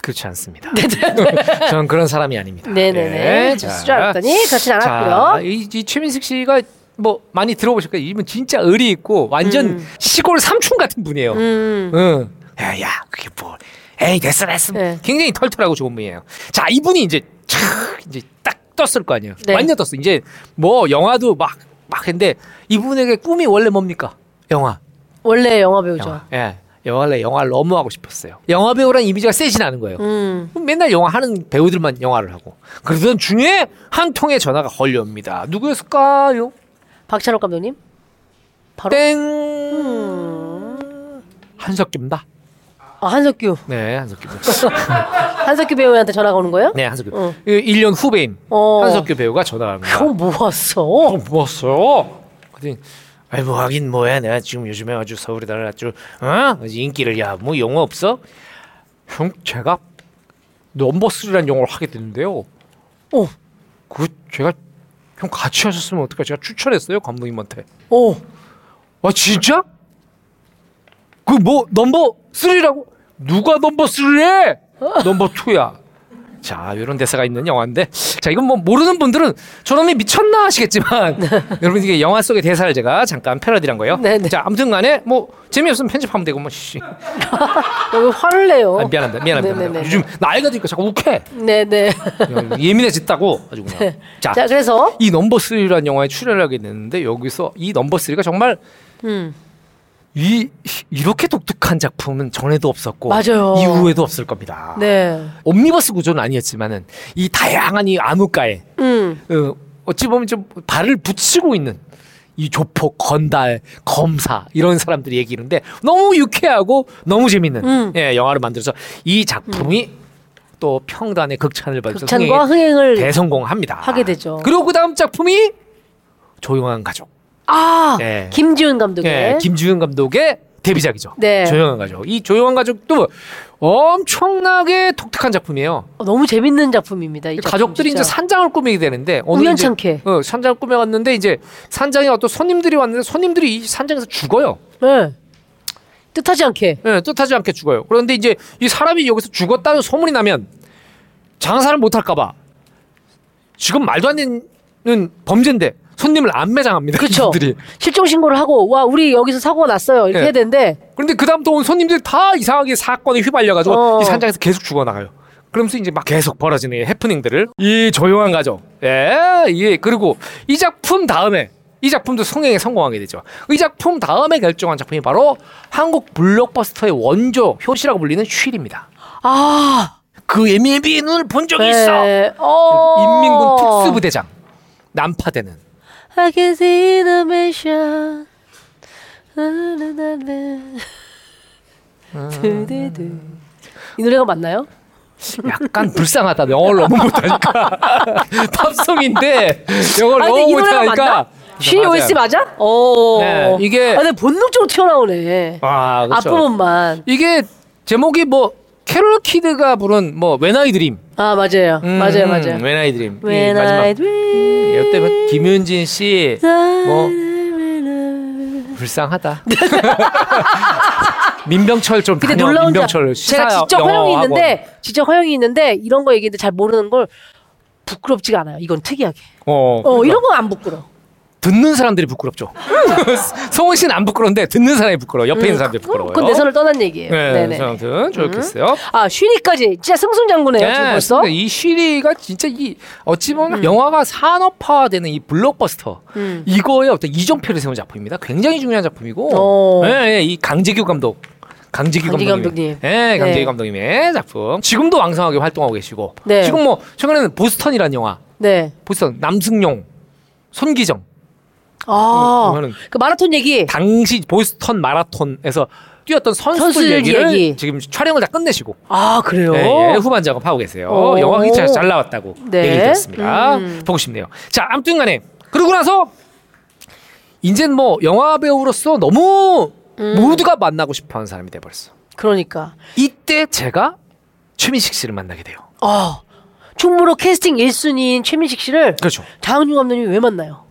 그렇지 않습니다. 저는 그런 사람이 아닙니다.
네, 네네네.
예,
그랬을 줄 알았더니 그렇진 않았고요.
자, 이, 이 최민식 씨가 뭐 많이 들어보실 거예요. 이분 진짜 의리 있고 완전 시골 삼촌 같은 분이에요.
음.
응. 야, 야, 그게 뭐? 에이, 됐어, 됐어.
네.
굉장히 털털하고 좋은 분이에요. 자, 이분이 이제 촥 이제 딱 떴을 거 아니에요.
네.
완전 떴어. 이제 뭐 영화도 막 막 했는데 이분에게 꿈이 원래 뭡니까? 영화.
원래 영화 배우죠.
영화. 예. 원래 영화를 너무 하고 싶었어요. 영화 배우란 이미지가 세진 않은 거예요.
음.
맨날 영화 하는 배우들만 영화를 하고 그러던 중에 한 통의 전화가 걸려옵니다. 누구였을까요?
박찬욱 감독님? 바로? 음.
땡 한석규입니다.
아, 한석규.
네, 한석규.
한석규 배우한테 전화가 오는 거예요?
네, 한석규.
어.
일 1년 후배인
어.
한석규 배우가 전화합니다.
그거 어, 뭐 모았어.
뭐었어? 그랬더니 아이 뭐 하긴 뭐해 내가 지금 요즘에 아주 서울에 달라 아주 어? 아주 인기를 야뭐 영화 없어? 형 제가 넘버스리라는 영화를 하게 됐는데요.
어,
그 제가 형 같이 하셨으면 어떡하 제가 추천했어요 감독님한테.
어.
와 아, 진짜? 그 뭐 넘버 3라고? 누가 넘버 3래? 넘버 2야. 자, 이런 대사가 있는 영화인데 자, 이건 뭐 모르는 분들은 저놈이 미쳤나 하시겠지만 여러분 이게 영화 속의 대사를 제가 잠깐 패러디한 거예요.
네, 네.
자, 아무튼 간에 뭐 재미없으면 편집하면 되고 뭐 씨.
왜 화를 내요?
아, 미안합니다. 미안합니다.
네네네.
요즘 나이가 드니까 자꾸 욱해.
네네.
예민해졌다고 아주 그냥. 자,
네. 자, 그래서
이 넘버 3라는 영화에 출연을 하게 됐는데 여기서 이 넘버 3가 정말
음.
이 이렇게 독특한 작품은 전에도 없었고
맞아요.
이후에도 없을 겁니다.
네.
옴니버스 구조는 아니었지만은 이 다양한 이 암흑가에
음.
어, 어찌 보면 좀 발을 붙이고 있는 이 조폭, 건달, 검사 이런 사람들이 얘기하는데 너무 유쾌하고 너무 재밌는
음.
예, 영화를 만들어서 이 작품이 또 평단의 극찬을 받죠.
극찬과 흥행을
그 대성공합니다.
하게 되죠.
그리고 그 다음 작품이 조용한 가족.
아
네.
김지훈 감독의
예, 김지훈 감독의 데뷔작이죠.
네.
조용한 가족. 이 조용한 가족도 엄청나게 독특한 작품이에요.
어, 너무 재밌는 작품입니다. 이 작품
가족들이
진짜.
이제 산장을 꾸미게 되는데 어느
우연찮게.
이제, 어, 산장을 꾸며갔는데 이제 산장에 어떤 손님들이 왔는데 손님들이 이 산장에서 죽어요.
네. 뜻하지 않게
예, 뜻하지 않게 죽어요. 그런데 이제 이 사람이 여기서 죽었다는 소문이 나면 장사를 못 할까봐 지금 말도 안 되는 범죄인데 손님을 안 매장합니다.
그렇죠.
이분들이.
실종 신고를 하고 와 우리 여기서 사고가 났어요 이렇게
네.
해야 되는데
그런데 그 다음부터 온 손님들이 다 이상하게 사건에 휘발려가지고
어.
이 산장에서 계속 죽어나가요. 그러면서 이제 막 계속 벌어지는 이 해프닝들을 이 조용한 가족. 예, 예. 그리고 이 작품 다음에 이 작품도 성행에 성공하게 되죠. 이 작품 다음에 결정한 작품이 바로 한국 블록버스터의 원조 효시라고 불리는 쉴입니다.
아
그 예민비 눈을 본 적이 있어.
네. 어.
인민군 특수부대장 난파대는
I can see the mission. 나나나나.
아, 네,
두두두. 이 노래가 맞나요?
약간 불쌍하다. 영어를 너무 못하니까 팝송인데 영어를
아니, 근데
너무
이 노래가
못하니까.
맞나? 쉬 OST 맞아? 오.
네, 이게-
아, 근데 본능적으로 튀어나오네.
아, 그렇죠.
앞부분만.
이게 제목이 뭐 캐롤 키드가 부른 뭐 When I Dream.
아 맞아요. 맞아요,
음,
맞아요.
When I Dream. 이
When
마지막.
I dream. 어?
이때 뭐 김윤진 씨 뭐 불쌍하다. 민병철 좀
근데
다녀,
놀라운 점
민병철
제가
시사
진짜 허영이
영어학원.
있는데 진짜 허영이 있는데 이런 거 얘기했는데 잘 모르는 걸 부끄럽지가 않아요. 이건 특이하게.
어,
어 이런 건 안 부끄러. 워
듣는 사람들이 부끄럽죠. 성훈 씨는 안 부끄러운데 듣는 사람이 부끄러워. 옆에 있는 사람들이
음.
부끄러워요.
그러니까. 그건 내 손을 떠난 얘기예요.
네,
네,
그래서
네.
아무튼 좋겠어요.
아 쉬니까지 진짜 승승장구네요. 지금 벌써.
근데 이 쉬리가 진짜 이 어찌 보면 영화가 산업화되는 이 블록버스터 이거의 어떤 이정표를 세운 작품입니다. 굉장히 중요한 작품이고,
오.
예, 예, 이 강재규 감독, 강재규
강재규
감독님,
감독님.
예, 강재규
네.
감독님의 작품. 지금도 왕성하게 활동하고 계시고,
네.
지금 뭐 최근에는 보스턴이라는 영화,
네.
보스턴 남승용, 손기정,
아.
이거는-
그 마라톤 얘기.
당시 보스턴 마라톤에서 뛰었던 선수들
선수들
얘기를
얘기.
지금 촬영을 다 끝내시고
아 그래요.
예, 예, 후반 작업하고 계세요.
오.
영화 기차 잘 나왔다고
네.
얘기 들었습니다.
음.
보고 싶네요. 자, 아무튼 간에 그러고 나서 이젠 뭐 영화 배우로서 너무 모두가 만나고 싶어하는 사람이 돼 버렸어.
그러니까.
이때 제가 최민식 씨를 만나게 돼요.
아 충무로 캐스팅 1순위인 최민식 씨를
그렇죠.
장항준 감독님이 왜 만나요?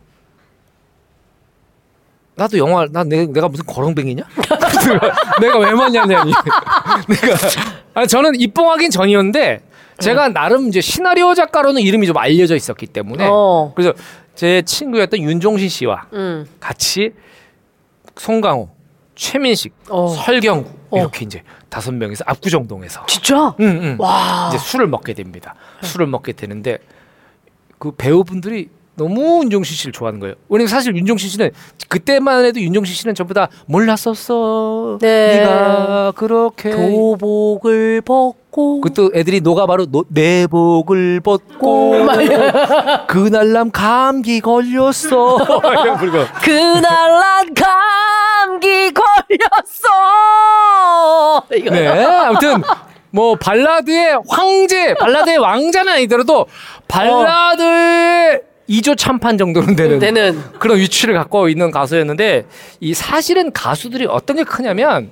나도 영화 나 내, 내가 무슨 거렁뱅이냐? 내가- 내가 왜 만났냐니. 내가 아니 저는 입봉하긴 전이었는데 제가
음.
나름 이제 시나리오 작가로는 이름이 좀 알려져 있었기 때문에
어.
그래서 제 친구였던 윤종신 씨와
음.
같이 송강호, 최민식,
어.
설경구
어.
이렇게 이제 다섯 명에서 압구정동에서
진짜?
응, 응.
와.
음, 이제 술을 먹게 됩니다. 술을 먹게 되는데 그 배우분들이 너무 윤종신 씨를 좋아하는 거예요. 왜냐면 사실 윤종신 씨는 그때만 해도 윤종신 씨는 전부 다 몰랐었어.
네.
네가 그렇게
교복을 벗고
그또 애들이 노가 바로 노, 내복을 벗고 그날 남 감기 걸렸어. 이런 부르고
그날 난 감기 걸렸어. 이거.
네. 아무튼 뭐 발라드의 황제, 발라드의 왕자는 아니더라도 발라드의 2조 참판 정도는 되는
되는.
그런 위치를 갖고 있는 가수였는데 이 사실은 가수들이 어떤 게 크냐면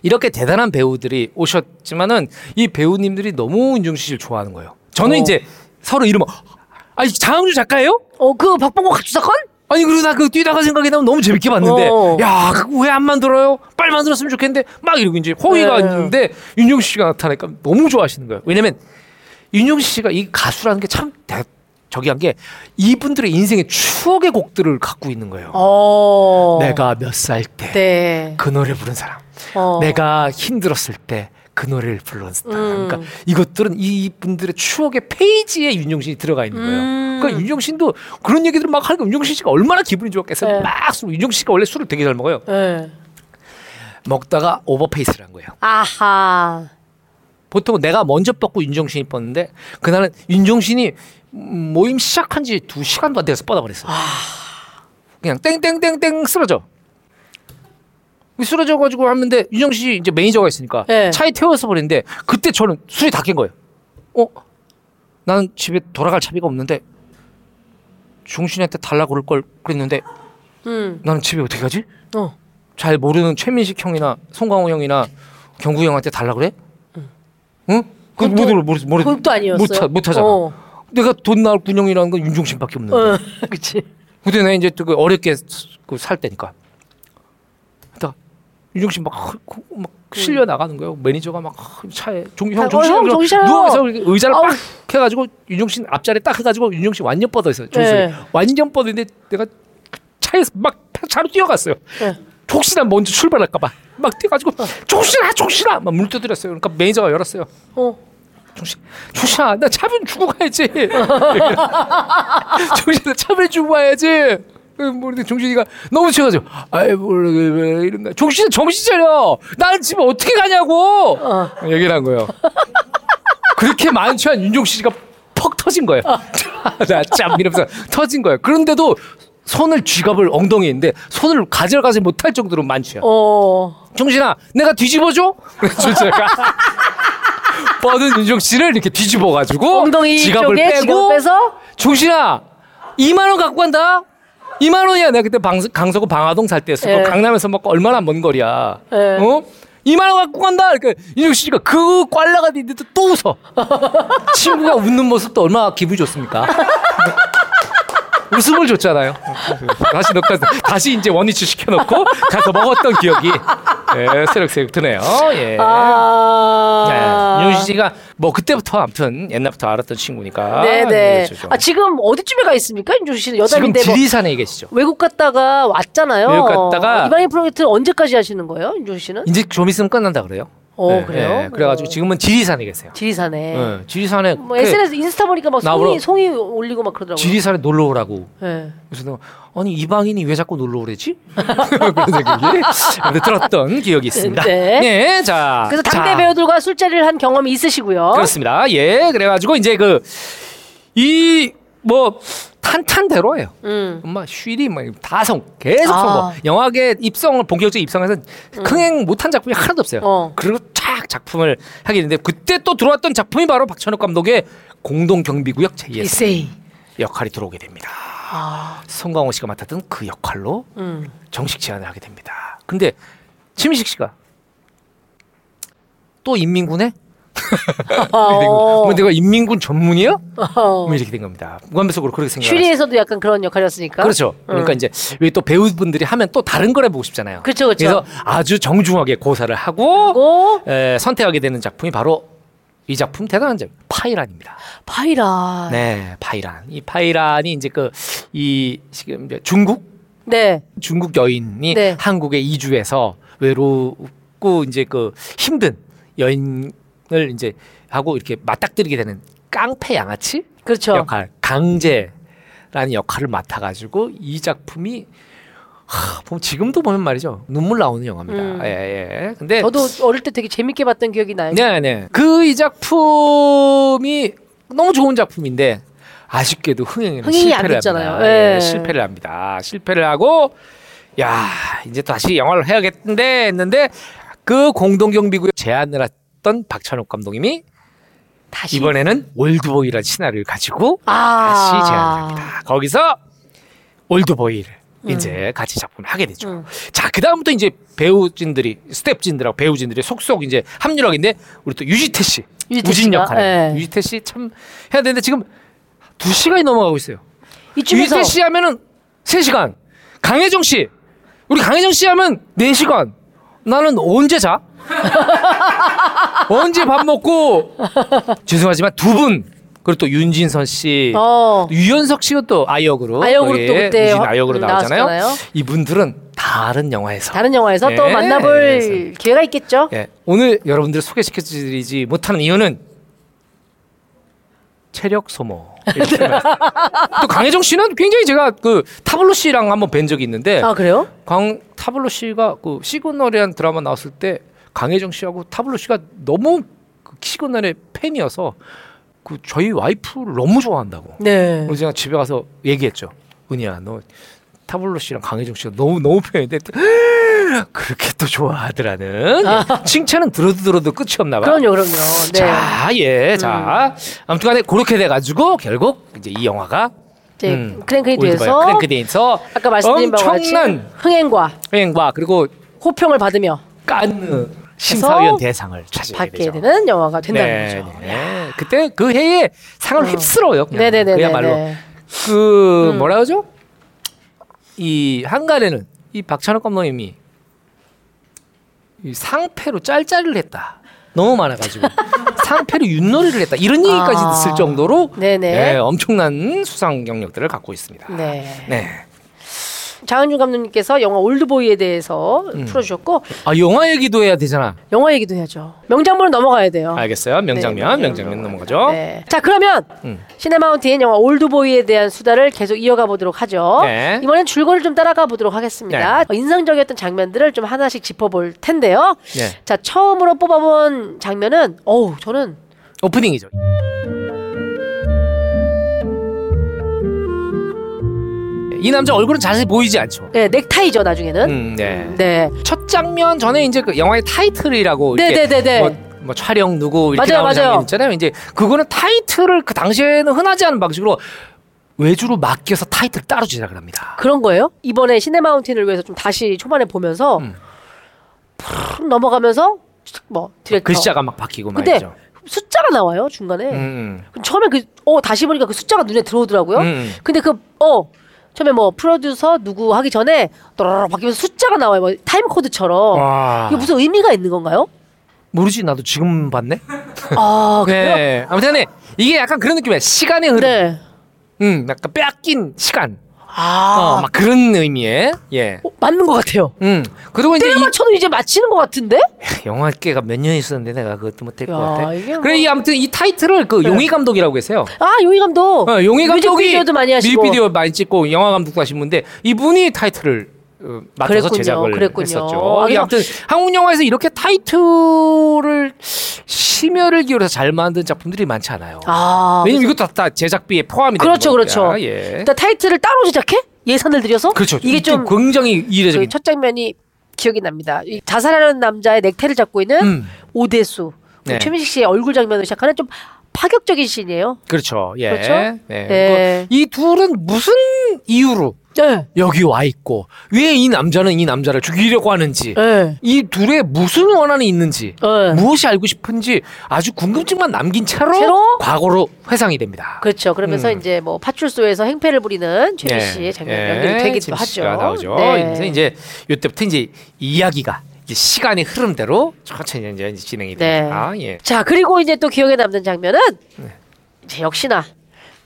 이렇게 대단한 배우들이 오셨지만은 이 배우님들이 너무 윤종신 씨를 좋아하는 거예요.
어.
저는 이제 서로 이름 아니 장항준 작가예요?
어 그 박봉호 각주 사건?
아니 그리고 나그 뛰다가 생각이 나면 너무 재밌게 봤는데
어.
야 그거 왜 안 만들어요? 빨리 만들었으면 좋겠는데 막 이러고 이제
네.
호의가 있는데 윤종신 씨가 나타나니까 너무 좋아하시는 거예요. 왜냐면 윤종신 씨가 이 가수라는 게 참 저기한 게 이분들의 인생의 추억의 곡들을 갖고 있는 거예요.
어.
내가 몇 살 때 그
네.
노래 부른 사람,
어.
내가 힘들었을 때 그 노래를 불렀다.
음.
그러니까 이것들은 이분들의 추억의 페이지에 윤종신이 들어가 있는 거예요.
음.
그러니까 윤종신도 그런 얘기들을 막 하니까 윤종신 씨가 얼마나 기분이 좋았겠어요.
네.
막 술, 윤종신 씨가 원래 술을 되게 잘 먹어요.
네.
먹다가 오버페이스를 한 거예요.
아하.
보통 내가 먼저 뻗고 윤종신이 뻗는데 그날은 윤종신이 음, 모임 시작한 지 두 시간도 안 돼서 뻗어버렸어요. 그냥 땡땡땡땡 쓰러져. 쓰러져가지고 하는데 윤종신이 이제 매니저가 있으니까
네.
차에 태워서 버리는데 그때 저는 술이 다 깬 거예요. 어? 나는 집에 돌아갈 차비가 없는데 종신이한테 달라고 그럴 걸 그랬는데
음.
나는 집에 어떻게 가지?
어.
잘 모르는 최민식 형이나 송강호 형이나 경구 형한테 달라 그래? 응? 그
그것도-
모두 모르 모르
그것도 아니었어요.
못, 하- 못 하잖아.
어.
내가 돈 나올 군형이라는 건 윤종신밖에 없는데.
어. 그치.
근데 나 이제 그 어렵게 그 살 때니까. 나 윤종신 막, 그- 막 실려 나가는 거예요. 매니저가 막 차에 종,
아,
형
어, 형,
종신
정신차려.
누워서 이렇게 의자를
아우.
빡 해가지고 윤종신 앞자리 딱 해가지고 윤종신 완전 뻗어 있어요.
네.
네. 완전 뻗어 있는데 내가 차에서 막 차로 뛰어갔어요.
네.
혹시나 먼저 출발할까봐 막 뛰어가지고 종신아 종신아 막 물두드렸어요. 그러니까 매니저가 열었어요.
어.
종신 종신아 나 차면 주고 가야지. 종신아 차면 주고 가야지. 모르는데 종신이가 너무 취해가지고 아이 모르게 왜 이런가. 종신아 정신 차려. 나는 집에 어떻게 가냐고.
어.
얘기를 한 거예요. 그렇게 만취한 윤종신이가 퍽 터진 거예요. 나참 이러면서 터진 거예요. 그런데도 손을 쥐갑을 엉덩이에 있는데 손을 가져가지 못할 정도로 만취야.
어.
종신아, 내가 뒤집어줘? 그래서 제가 뻗은 윤종 씨를 이렇게 뒤집어가지고
엉덩이
지갑을
쪽에
빼고 예.
지갑 빼서?
종신아, 2만 원 갖고 간다. 2만 원이야. 내가 그때 방, 강서구 방화동 살 때였어.
예.
그 강남에서 먹고 얼마나 먼 거리야.
예.
어? 2만 원 갖고 간다. 그러니까 윤종 씨가 그 꽐라가 있는데 또- 또 웃어. 친구가 웃는 모습도 얼마나 기분이 좋습니까? 웃음을 줬잖아요. 다시 넣고 다시 이제 원위치 시켜놓고 가서 먹었던 기억이 예, 새록새록 드네요. 예.
아.
예, 윤 씨가 뭐 그때부터 아무튼 옛날부터 알았던 친구니까.
네네.
그렇죠.
아 지금 어디쯤에 가 있습니까, 윤종 씨는
지금
여담인데 뭐
지리산에 계시죠.
외국 갔다가 왔잖아요. 어,
외국 갔다가-
이방인 프로젝트 언제까지 하시는 거예요, 윤종 씨는?
이제 좀 있으면 끝난다 그래요.
어
예,
그래요.
예, 그래가지고
어.
지금은 지리산에 계세요.
지리산에.
예, 지리산에
뭐
그
SNS 인스타 보니까 막
나
송이
물어-
송이 올리고 막 그러더라고요.
지리산에 놀러 오라고
예.
그래서 내가 아니 이방인이 왜 자꾸 놀러 오래지? 그런 생각이 근데 들었던 기억이 있습니다.
네.
예, 자.
그래서 당대
자,
배우들과 술자리를 한 경험이 있으시고요.
그렇습니다. 예, 그래가지고 이제 그 이 뭐 탄탄대로예요.
음.
엄마 쉬리 막 다성 계속
아. 음.
성공. 영화계 입성을 본격적 입성해서 흥행 못한 작품이 하나도 없어요.
어.
그리고 쫙 작품을 하게 되는데 그때 또 들어왔던 작품이 바로 박찬욱 감독의 공동 경비구역 제2의
이세이.
역할이 들어오게 됩니다.
아.
송강호 씨가 맡았던 그 역할로
음.
정식 제안을 하게 됩니다. 근데 치민식 씨가 또 인민군에? 이렇게 된 거예요.
어.
뭐 내가 인민군 전문이야?
어.
뭐 이렇게 된 겁니다. 무관배속으로 그렇게 생각을
쉬리에서도 약간 그런 역할이었으니까.
그렇죠. 그러니까
음.
이제 왜 또 배우분들이 하면 또 다른 걸 해보고 싶잖아요.
그렇죠, 그렇죠.
래서 아주 정중하게 고사를 하고
그리고
에, 선택하게 되는 작품이 바로 이 작품 대단한 점 파이란입니다.
파이라. 네.
네, 파이란. 이 파이란이 이제 그 이 지금 이제 중국 중국 여인이
네.
한국에 이주해서 외롭고 이제 그 힘든 여인을 이제 하고 이렇게 맞닥뜨리게 되는 깡패 양아치
그렇죠.
역할 강제라는 역할을 맡아가지고 이 작품이 하, 보면 지금도 보면 말이죠 눈물 나오는 영화입니다.
음.
예, 예. 근데
저도 어릴 때 되게 재밌게 봤던 기억이 나요.
네네 그 이 작품이 너무 좋은 작품인데 아쉽게도 흥행에는
흥행이 안
실패를
됐잖아요.
합니다. 예,
예.
실패를 합니다. 실패를 하고 야 이제 다시 영화를 해야겠는데 했는데 그 공동경비구역 제안을 했던 박찬욱 감독님이
다시
이번에는 올드보이라는 시나리오를 가지고
아.
다시 제안합니다. 거기서 올드보이를 이제 같이 작품을 하게 되죠.
음.
자, 그다음부터 이제 배우진들이 스텝진들하고 배우진들이 속속 이제 합류하겠는데 우리 또 유지태 씨.
유지태
우진
씨가?
역할. 을
네.
유지태 씨 참 해야 되는데 지금 2시간이 넘어가고 있어요.
이쯤에서
유지태 씨 하면은 3시간. 강혜정 씨. 우리 강혜정 씨 하면 4시간. 나는 언제 자? 언제 밥 먹고 죄송하지만 두 분. 그리고 또 윤진선 씨,
어.
또 유연석 씨가 또 아역으로
아역으로
예,
또 그때
유진
화-
아역으로
음,
나오잖아요.
나왔었잖아요.
이분들은 다른 영화에서
다른 영화에서 또
예,
만나볼
그래서.
기회가 있겠죠.
예, 오늘 여러분들 소개시켜드리지 못하는 이유는 체력 소모. 이렇게 말씀. 또 강혜정 씨는 굉장히 제가 그 타블로 씨랑 한번 뵌 적이 있는데
아 그래요?
광 타블로 씨가 그 시그널이라는 드라마 나왔을 때 강혜정 씨하고 타블로 씨가 너무 그 시그널의 팬이어서 그 저희 와이프를 너무 좋아한다고.
네.
그래서 제가 집에 가서 얘기했죠. 은희야 너 타블로 씨랑 강혜정 씨가 너무 너무 팬인데 그렇게 또 좋아하더라는 예. 칭찬은 들어도 들어도 끝이 없나 봐.
그럼요, 그럼요. 네.
자, 예, 자. 아무튼간에 그렇게 돼가지고 결국 이제 이 영화가
이제
음,
네, 크랭크헤드에서
올드바이어 크랭크데이에서
아까 말씀드린 바와 같이
엄청난
흥행과
여행과 그리고
호평을 받으며
깐느 심사위원 대상을 차지하게
받게
되죠.
되는 영화가 된다는 거죠. 음.
네. 그때 그 해에 상을 휩쓸어요. 그냥.
네네네네.
그야말로 그
음.
뭐라 그러죠? 이 한간에는 이 박찬욱 감독님이 이 상패로 짤짤을 했다. 너무 많아가지고 상패로 윷놀이를 했다. 이런 얘기까지
아.
있을 정도로
네네.
예, 엄청난 수상 경력들을 갖고 있습니다.
네.
네.
장항준 감독님께서 영화 올드보이에 대해서 풀어주셨고
아 영화 얘기도 해야 되잖아.
영화 얘기도 해야죠. 명장면으로 넘어가야 돼요.
알겠어요. 명장면,
아. 네,
명장면 넘어가죠.
네. 자 그러면
음.
시네마운틴 영화 올드보이에 대한 수다를 계속 이어가 보도록 하죠.
네.
이번엔 줄거리를 좀 따라가 보도록 하겠습니다. 어, 인상적이었던 장면들을 좀 하나씩 짚어볼 텐데요.
네.
자 처음으로 뽑아본 장면은 어우 저는
오프닝이죠. 이 남자 얼굴은 자세히 보이지 않죠.
네, 넥타이죠 나중에는.
음, 네.
네.
첫 장면 전에 이제 그 영화의 타이틀이라고 이렇게
네네네네.
뭐, 뭐 촬영 누구 이렇게
맞아요,
나오는
맞아요.
장면 있잖아요. 이제 그거는 타이틀을 그 당시에는 흔하지 않은 방식으로 외주로 맡겨서 타이틀 따로 제작을 합니다.
그런 거예요? 이번에 시네마운틴을 위해서 좀 다시 초반에 보면서
음.
푹 넘어가면서 뭐 디렉터
글자가 막 바뀌고
근데
아, 그 말이죠.
숫자가 나와요 중간에
음,
그럼 처음에 그 어 다시 보니까 그 숫자가 눈에 들어오더라고요.
음.
근데 그 어 처음에 뭐 프로듀서 누구 하기 전에 또라락 바뀌면서 숫자가 나와요. 뭐 타임 코드처럼.
와.
이게 무슨 의미가 있는 건가요?
모르지 나도 지금 봤네.
아 그래요?
네. 아무튼에 이게 약간 그런 느낌이야. 시간의 흐름.
네.
음, 약간 빼앗긴 시간.
아
어, 막 그런 의미의 예.
어, 맞는 것 같아요.
음. 그리고 이제
때려
이
맞춰도 이제 맞히는 것 같은데?
영화계가 몇 년 있었는데 내가 그것도 못할 것
야,
같아.
이게 뭐- 네.
그래 이 아무튼 이 타이틀을 그 용희 감독이라고 계세요.
아 용희 감독.
어, 용희 감독이
뮤직비디오도 많이 하시고.
뮤직비디오 많이 찍고 영화 감독도 하신 분인데 이분이 타이틀을 어, 맡아서
그랬군요.
제작을
그랬군요.
했었죠.
아,
이게
그래서-
아무튼 한국 영화에서 이렇게 타이틀을 심혈을 기울여서 잘 만든 작품들이 많지 않아요.
아
왜냐면 이것도 다 제작비에 포함이 되는
그렇죠,
거니까.
그렇죠.
예.
일단 타이틀을 따로 제작해? 예산을 들여서?
그렇죠.
이게 좀 그렇죠?
굉장히
저희
이례적인
그 첫 장면이 기억이 납니다. 이 자살하는 남자의 넥타이를 잡고 있는
음.
오대수
네.
최민식 씨의 얼굴 장면으로 시작하는 좀 파격적인 씬이에요.
그렇죠. 예.
그렇죠? 네.
네. 그리고 이 둘은 무슨 이유로
네.
여기 와 있고 왜 이 남자는 이 남자를 죽이려고 하는지
네.
이 둘의 무슨 원한이 있는지
네.
무엇이 알고 싶은지 아주 궁금증만 남긴 채로,
채로?
과거로 회상이 됩니다.
그렇죠. 그러면서
음.
이제 뭐 파출소에서 행패를 부리는 최민
예,
씨의 장면
예,
연결이 되기도
재밌
하죠. 네.
씨가 나오죠. 그래서 이제 이때부터 이제 이야기가 이제 시간의 흐름대로 천천히 이제 진행이
네.
됩니다. 예. 네.
자 그리고 이제 또 기억에 남는 장면은 이제 역시나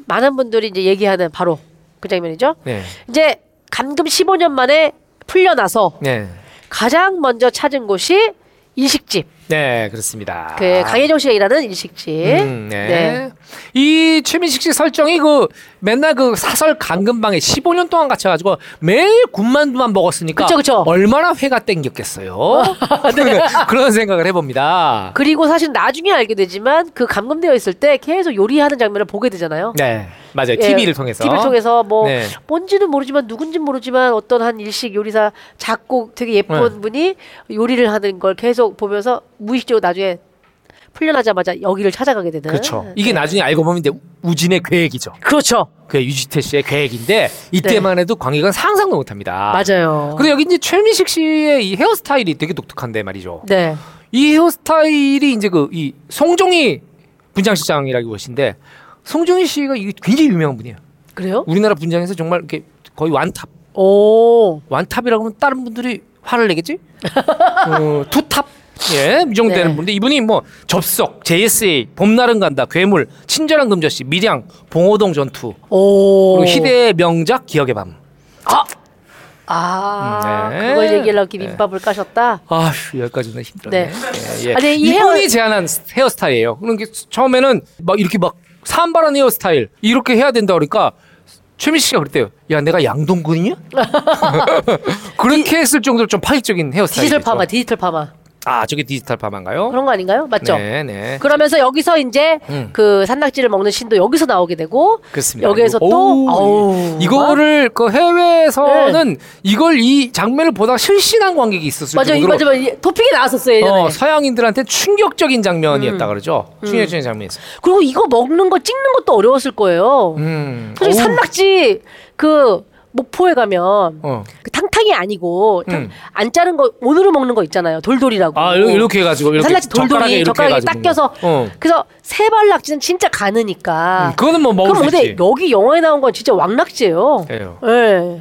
많은 분들이 이제 얘기하는 바로 그 장면이죠.
네.
이제 감금 15년 만에 풀려나서
네.
가장 먼저 찾은 곳이 일식집.
네, 그렇습니다.
그 강혜정 씨가 일하는 일식집.
음, 네. 이 최민식 씨 설정이 그 맨날 그 사설 감금방에 15년 동안 갇혀가지고 매일 군만두만 먹었으니까
그쵸, 네. 그쵸.
얼마나 회가 땡겼겠어요. 그런 생각을 해봅니다.
그리고 사실 나중에 알게 되지만 그 감금되어 있을 때 계속 요리하는 장면을 보게 되잖아요.
네, 맞아요.
예,
TV를 통해서.
TV를 통해서 뭐
네.
뭔지는 모르지만 누군진 모르지만 어떤 한 일식 요리사 작고 되게 예쁜
네.
분이 요리를 하는 걸 계속 보면서 무의식적으로 나중에 풀려나자마자 여기를 찾아가게 되는.
그렇죠. 이게 나중에 알고 보면 이제 우진의 계획이죠.
그렇죠.
그 유지태 씨의 계획인데 이때만 해도 광희가 상상도 못합니다.
네. 맞아요.
그리고 여기 이제 최민식 씨의 이 헤어스타일이 되게 독특한데 말이죠.
네.
이 헤어스타일이 이제 그 이 송종희 분장실장이라고 보신데 송종희 씨가 이게 굉장히 유명한 분이에요.
그래요?
우리나라 분장에서 정말 이렇게 거의 완탑.
오.
완탑이라고 하면 다른 분들이 화를 내겠지? 어, 투탑. 예, 이 정도 되는
네.
분인데 이분이 뭐 접속, JSA, 봄날은 간다, 괴물, 친절한 금저씨, 미량, 봉호동 전투,
오.
그리고 희대의 명작 기억의 밤. 아,
아,
네.
그걸 얘기하려고 이렇게
네.
민밥을 까셨다.
아, 여기까지는 힘들었네.
네.
예, 예.
아니, 이
이분이
헤어-
제안한 스- 헤어스타일이에요. 그러니까 처음에는 막 이렇게 막 산발한 헤어스타일 이렇게 해야 된다 그러니까 최민식 씨가 그랬대요. 야, 내가 양동근이냐? 그렇게 했을 정도로 좀 파격적인 헤어스타일.
디지털 파마, 디지털 파마.
아 저게 디지털 파마인가요?
그런 거 아닌가요? 맞죠?
네, 네.
그러면서 여기서 이제
음.
그 산낙지를 먹는 신도 여기서 나오게 되고
그렇습니다.
여기에서
이거-
또
오우, 예.
어우, 네.
이거를 그 해외에서는 이걸 이 장면을 보다 실시간 관객이 있었을
맞아 이
정도로
맞아 맞아 토픽이 나왔었어요 예전에
어, 서양인들한테 충격적인
음.
장면이었다 그러죠. 충격적인 장면이었어.
그리고 이거 먹는 거 찍는 것도 어려웠을 거예요
음.
솔직히
어우,
산낙지 그 목포에 가면
어.
그 탕탕이 아니고 탕-
음.
안 자른 거 오늘은 먹는 거 있잖아요 돌돌이라고
아 이렇게, 이렇게 해가지고 이렇게
산낙지
젓가락에
어. 돌돌이
이렇게
젓가락에
해가지고
딱 껴서
어.
그래서 세발 낙지는 진짜 가느니까
음, 그거는 뭐 먹을
아. 그럼
수
근데
있지.
여기 영화에 나온 건 진짜 왕낙지예요
그래요.
예.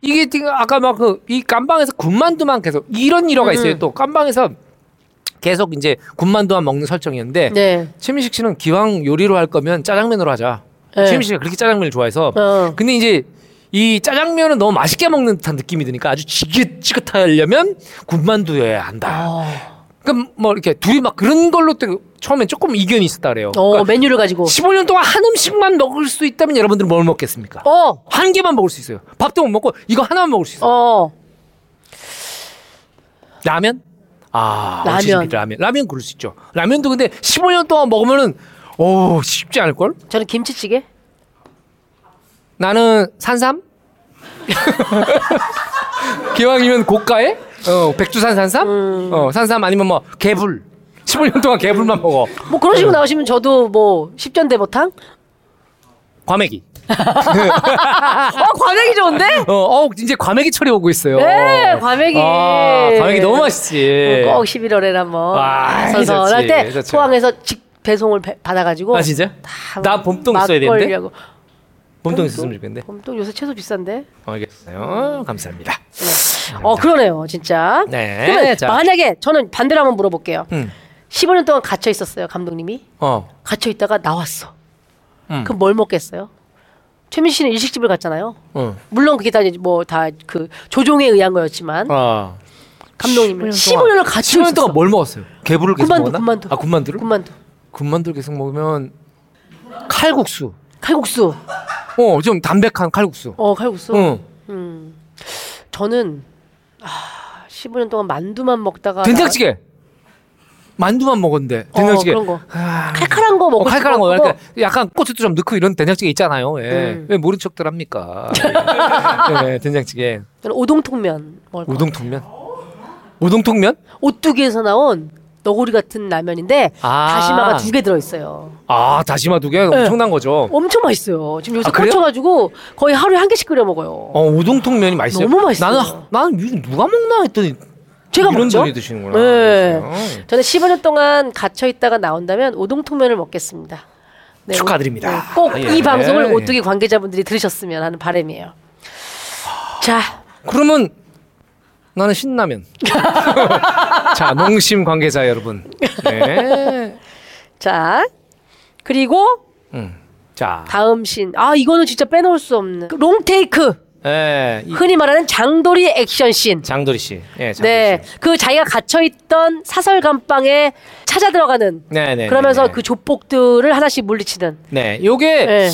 이게 지금 아까 막 그 이 깜방에서 군만두만 계속 이런
음,
일화가 있어요. 또 깜방에서 계속 이제 군만두만 먹는 설정이었는데
네.
최민식 씨는 기왕 요리로 할 거면 짜장면으로 하자.
네.
최민식 씨가 그렇게 짜장면을 좋아해서
어.
근데 이제 이 짜장면은 너무 맛있게 먹는 듯한 느낌이 드니까 아주 지긋지긋하려면 군만두여야 한다.
어,
그럼 뭐 이렇게 둘이 막 그런 걸로 또 처음엔 조금 이견이 있었다 그래요.
어,
그러니까
메뉴를 가지고
15년 동안 한 음식만 먹을 수 있다면 여러분들 뭘 먹겠습니까?
어,
한 개만 먹을 수 있어요. 밥도 못 먹고 이거 하나만 먹을 수 있어요.
어,
라면? 아,
라면.
라면. 라면. 라면 그럴 수 있죠. 라면도 근데 15년 동안 먹으면은 오, 쉽지 않을 걸?
저는 김치찌개.
나는 산삼? 기왕이면 고가에? 어, 백두산 산삼?
음.
어, 산삼 아니면 뭐 개불. 15년 동안 개불만 먹어.
뭐 그런
네.
식으로 나오시면 저도 뭐 십전대보탕.
과메기.
아, 과메기 좋은데?
어, 어, 이제 과메기 철이 오고 있어요.
네, 과메기. 어,
아, 과메기 너무 맛있지.
꼭 11월에 한번
와,
선선할
네. 아, 좋지,
때
좋지.
포항에서 직 배송을 배- 받아가지고.
아, 진짜?
다
나 봄동 써야 되는데.
막걸리하고.
봄동 있었으면 좋겠는데.
봄동 요새 채소 비싼데.
네. 알겠어요. 감사합니다.
어 그러네요, 진짜.
네,
그러면
자.
만약에 저는 반대로 한번 물어볼게요.
음.
15년 동안 갇혀 있었어요, 감독님이.
어.
갇혀 있다가 나왔어.
음.
그럼 뭘 먹겠어요? 최민 씨는 일식집을 갔잖아요.
어.
물론 그게 다 뭐 다 그 조종에 의한 거였지만
아.
감독님은 15년을 같이
15년 동안
있었어.
뭘 먹었어요? 개불을 계속
군만두,
먹었나?
군만두.
아, 군만두를?
군만두,
군만두를 계속 먹으면 칼국수.
칼국수.
어, 좀 담백한 칼국수.
어, 칼국수.
응.
저는 아, 15년 동안 만두만 먹다가
된장찌개. 만두만 먹었는데
나...
된장찌개.
어, 그런 거.
아,
칼칼한 거
어,
먹고
칼칼한 거.
싶어.
그러니까 약간 고추도 좀 넣고 이런 된장찌개 있잖아요. 예.
음.
왜 모른 척들 합니까? 예, 된장찌개.
저는 오동통면 먹을 거.
우동통면. 우동통면?
오뚜기에서 나온 너구리 같은 라면인데
아.
다시마가 두 개 들어 있어요.
아, 다시마 두 개 엄청난 거죠.
엄청 맛있어요. 지금 요새
아, 그래요?
꽂혀 가지고 거의 하루에 한 개씩 끓여 먹어요.
어, 우동통면이 맛있어요.
너무 맛있어요.
나는 나는 요즘 누가 먹나 했더니
제가
이런
먹죠.
분이 드시는구나.
네.
그러세요.
저는 15년 동안 갇혀 있다가 나온다면 오동통면을 먹겠습니다. 네,
축하드립니다.
꼭 이
예.
방송을
예.
오뚜기 관계자분들이 들으셨으면 하는 바람이에요. 자,
그러면 나는 신라면. 자, 농심 관계자 여러분. 네.
자. 그리고
음. 자.
다음 신. 아, 이거는 진짜 빼놓을 수 없는 그 롱테이크.
예. 이
흔히 말하는 장돌이 액션 씬.
장도리 씨. 예, 장도리
네.
씨.
그 자기가 갇혀 있던 사설 감방에 찾아 들어가는
네, 네.
그러면서
네, 네.
그 조폭들을 하나씩 물리치는
네. 요게
네.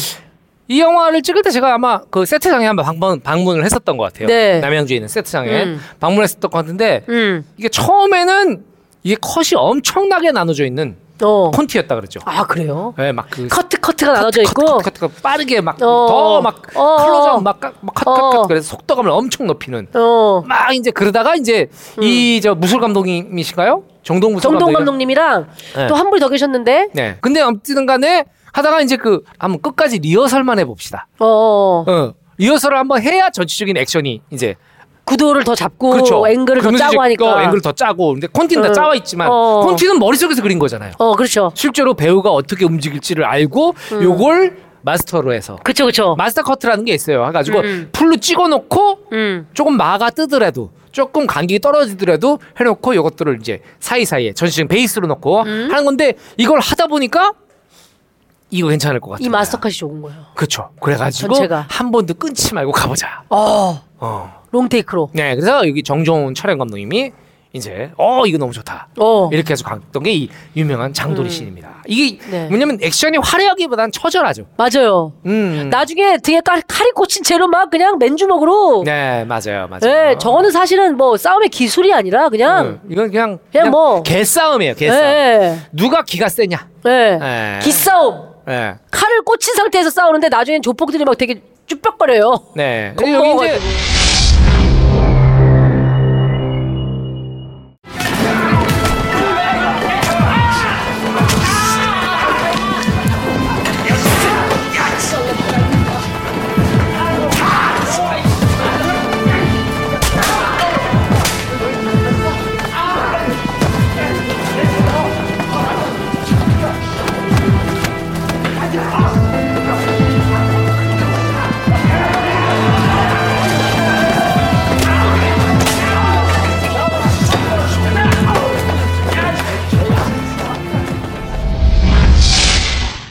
이 영화를 찍을 때 제가 아마 그 세트장에 한번 방문 방문을 했었던 것 같아요.
네.
남양주에 있는 세트장에
음.
방문했었던 것 같은데
음.
이게 처음에는 이게 컷이 엄청나게 나눠져 있는
어.
콘티였다 그랬죠.
아, 그래요?
예, 막그
커트 커트가 나눠져 있고
커트, 커트, 커트, 빠르게 막
어.
더 막
어, 어.
클로즈업 막, 깎- 막 커트,
어.
커트, 커트 그래서 속도감을 엄청 높이는
어. 음.
막 이제 그러다가 이제 이 저 무술 감독님이신가요? 정동 무술
정동
감독님.
감독님이랑
네.
또 한 분이 더 계셨는데
네. 근데 아무튼간에 하다가 이제 그 한번 끝까지 리허설만 해봅시다.
어
어. 리허설을 한번 해야 전체적인 액션이 이제
구도를 더 잡고
그렇죠.
어, 앵글을 더
그러면서 이제
짜고 하니까
어, 앵글 더 짜고 근데 콘티는
어.
다 짜와 있지만
어.
콘티는 머릿속에서 그린 거잖아요.
어 그렇죠
실제로 배우가 어떻게 움직일지를 알고 요걸 마스터로 해서
그렇죠, 그쵸 그쵸
마스터 커트라는 게 있어요. 해가지고
음.
풀로 찍어놓고
음
조금 마가 뜨더라도 조금 간격이 떨어지더라도 해놓고 요것들을 이제 사이사이에 전시적 베이스로 놓고 하는 건데 이걸 하다 보니까 이거 괜찮을 것 같아요.
이 마스터컷이 좋은 거예요.
그렇죠. 그래가지고
전체가.
한 번도 끊지 말고 가보자.
어,
어.
롱테이크로.
네, 그래서 여기 정종훈 촬영 감독님이 이제 어 이거 너무 좋다.
어, 음.
이렇게 해서 갔던 게 이 유명한 장도리 씬입니다. 이게
네.
뭐냐면 액션이 화려하기보단 처절하죠.
맞아요.
음.
나중에 등에 칼, 칼이 꽂힌 채로 막 그냥 맨주먹으로. 네.
네, 맞아요, 맞아요.
예, 저거는 사실은 뭐 싸움의 기술이 아니라 그냥.
음, 이건 그냥
그냥 뭐.
개싸움이에요,
예.
개싸움. 누가 기가 세냐.
예.
네.
기싸움.
네.
칼을 꽂힌 상태에서 싸우는데 나중엔 조폭들이 막 되게 쭈뼛거려요.
네.
겁
여기 이제
먹어가지고.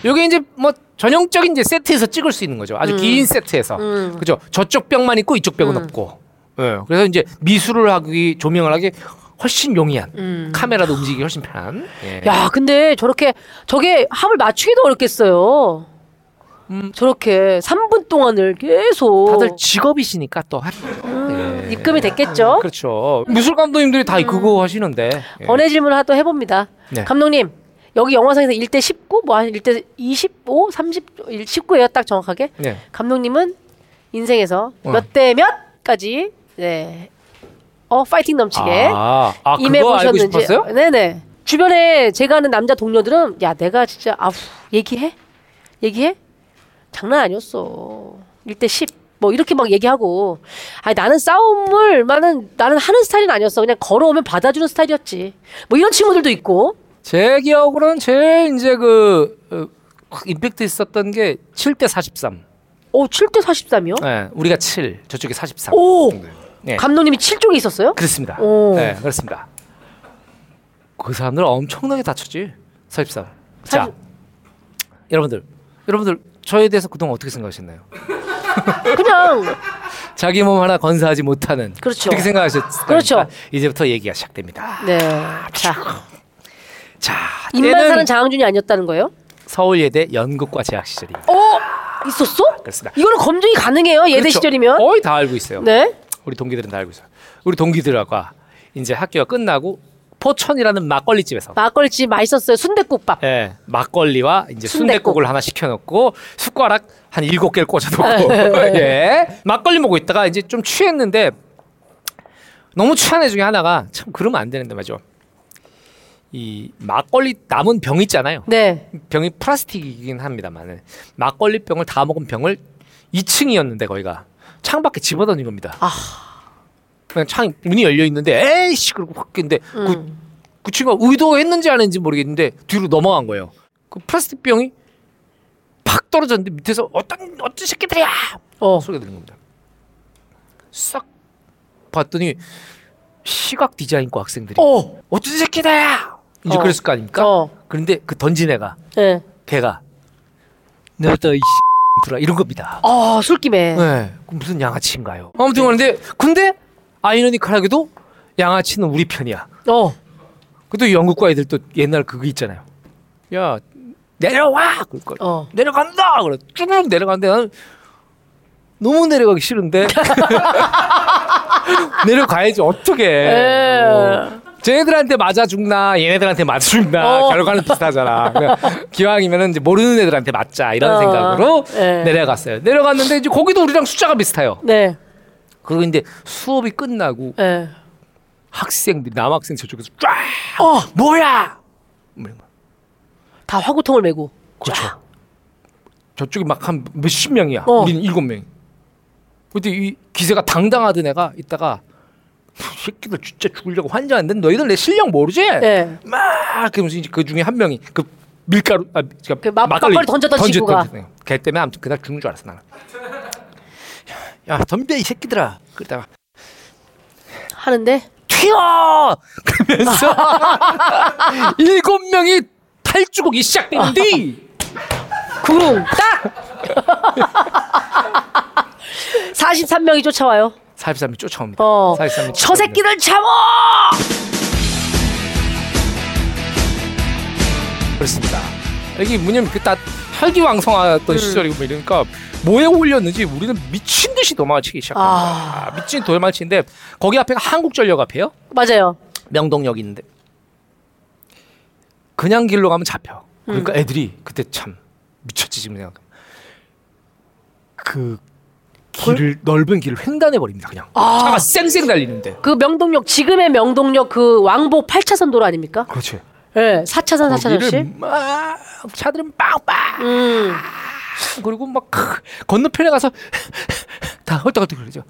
요게 이제 뭐 전형적인 이제 세트에서 찍을 수 있는 거죠.
음.
아주 긴 세트에서. 그죠? 저쪽 벽만 있고 이쪽 벽은 없고. 예. 그래서 이제 미술을 하기 조명을 하기 훨씬 용이한 카메라도 움직이기 훨씬 편한. 예.
음. 야, 근데 저렇게 저게 합을 맞추기도 어렵겠어요. 저렇게 3분 동안을 계속
음. 다들 직업이시니까 또 하... 예.
입금이 됐겠죠.
그렇죠. 미술 감독님들이
음.
다 그거 하시는데. 예.
번외 질문 하나 또 해봅니다.
네.
감독님, 여기 영화상에서 1대 19, 뭐 한 1대 25, 30, 19예요, 딱 정확하게.
네.
감독님은 인생에서
어.
몇 대 몇까지 네, 어 파이팅 넘치게
아, 아 그거 알고
임해보셨는지.
싶었어요?
네네. 주변에 제가 아는 남자 동료들은 야 내가 진짜 아우 얘기해? 얘기해? 장난 아니었어. 1대 10. 뭐 이렇게 막 얘기하고 아니 나는 싸움을 나는 나는 하는 스타일은 아니었어 그냥 걸어오면 받아주는 스타일이었지 뭐 이런 친구들도 있고
제 기억으로는 제일 이제 그 어, 크- 임팩트 있었던 게 7대 43.
오 7대 43이요?
예, 우리가 7, 저쪽이 43.
오
네.
감독님이 7쪽에 있었어요?
그렇습니다.
오.
네, 그렇습니다. 그 사람들 엄청나게 다쳤지. 43. 자,
사실-
여러분들, 여러분들 저에 대해서 그동안 어떻게 생각하셨나요?
그냥
자기 몸 하나 건사하지 못하는
그렇죠.
그렇게 생각하셨을
그렇죠.
거니까 이제부터 얘기가 시작됩니다.
네.
아,
네자
자,
입만
때는
사는 장항준이 아니었다는 거예요?
서울예대 연극과 재학 시절입니다.
어 있었어?
아, 그렇습니다.
이거는 검증이 가능해요 예대
그렇죠.
시절이면
거의 다 알고 있어요.
네
우리 동기들은 다 알고 있어요. 우리 동기들과 이제 학교가 끝나고 포천이라는 막걸리 집에서
막걸리집 맛있었어요 순대국밥
예, 막걸리와 이제
순댓국.
순대국을 하나 시켜놓고 숟가락 한 일곱 개를 꽂아놓고
네.
예, 막걸리 먹고 있다가 이제 좀 취했는데 너무 취한 애 중에 하나가 참 그러면 안 되는데 말이죠. 이 막걸리 남은 병 있잖아요.
네
병이 플라스틱이긴 합니다만 막걸리 병을 다 먹은 병을 2층이었는데 거기가 창밖에 집어던진 겁니다.
아.
그냥 창 문이 열려 있는데 에이씨 그러고 확 근데 그,
음.
그 친구가 의도했는지 안 했는지 모르겠는데 뒤로 넘어간 거예요. 그 플라스틱 병이 팍 떨어졌는데 밑에서 어떤 어떤 새끼들이야
어.
소리가 들린 겁니다. 싹 봤더니 시각 디자인과 학생들이 어.
어.
어떤 새끼들이야 이제
어.
그랬을 거 아닙니까?
어.
그런데 그 던진 애가
네.
걔가 너너이 들아 이런 겁니다.
어, 술김에.
네. 그럼 무슨 양아치인가요? 아무튼 그런데 근데 아이러니컬하게도 양아치는 우리 편이야.
어.
그래도 영국과 애들 또 옛날 그거 있잖아요. 야 내려와 그럴 걸.
어.
내려간다 그래 쭉 내려가는데 나는 너무 내려가기 싫은데 내려가야지 어떻게
에.
쟤네들한테 맞아 죽나 얘네들한테 맞아 죽나
어.
결과는 비슷하잖아 그러니까 기왕이면은 이제 모르는 애들한테 맞자 이런
어.
생각으로
에.
내려갔어요 내려갔는데 이제 거기도 우리랑 숫자가 비슷해요
네.
그리고 이제 수업이 끝나고
네.
학생들 남학생 저쪽에서 쫙어 뭐야
다 화구통을 메고.
그렇죠. 저쪽이 막 한 몇십 명이야.
어.
우리는 일곱 명. 근데 이 기세가 당당하던 애가 있다가 새끼들 진짜 죽으려고 환장하는데 너희들 내 실력 모르지?
네.
막 그러면서 이제 그 중에 한 명이 그 밀가루 아,
그 막- 막걸리 던졌던 친구가.
걔 때문에 아무튼 그날 죽는 줄 알았어 나는. 야 덤벼 이 새끼들아. 그러다가
하는데
튀어! 그러면서 일곱 명이 탈주곡이 시작되는데 구름 딱!
43명이 쫓아와요.
43이 쫓아옵니다.
어.
43이
저 새끼들 잡아!
그렇습니다. 여기 뭐냐면 그다
음.
혈기왕성했던 시절이고 뭐 이러니까 뭐에 올렸는지 우리는 미친 듯이 도망치기 시작합니다. 아, 미친 도망치는데 거기 앞에가 한국전력 앞이에요.
맞아요.
명동역인데 그냥 길로 가면 잡혀.
음.
그러니까 애들이 그때 참 미쳤지 지금 생각. 그 길을 넓은 길을 횡단해 버립니다 그냥
아.
차가 쌩쌩 달리는데.
그 명동역 지금의 명동역 그 왕복 8차선 도로 아닙니까?
그렇지.
예,
그
4차선 4차선씩.
어, 막 차들은 빵빵
음.
그리고 막 건너편에 가서 다 헐떡헐떡 그러죠.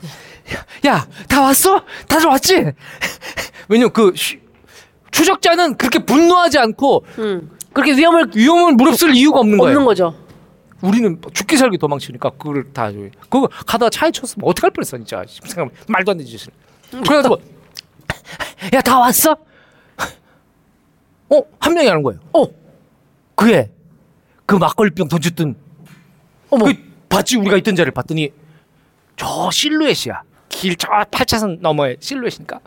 야, 다 왔어? 다들 왔지? 왜냐면 그 쉬- 추적자는 그렇게 분노하지 않고
음. 그렇게 위험을
위험을 무릅쓸 이유가 없는 거예요.
없는 거죠.
우리는 죽기 살기 도망치니까 그걸 다 저기- 그거 가다가 차에 쳤으면 어떻게 할 뻔했어 진짜 지금 생각하면 말도 안 되는 짓을 그래가지고 야 다 왔어? 어 한 명이 하는 거예요. 어 그게 그 막걸리병 던졌던
어머.
그 봤지 우리가 있던 자를 봤더니 저 실루엣이야 길 저 8차선 너머에 실루엣이니까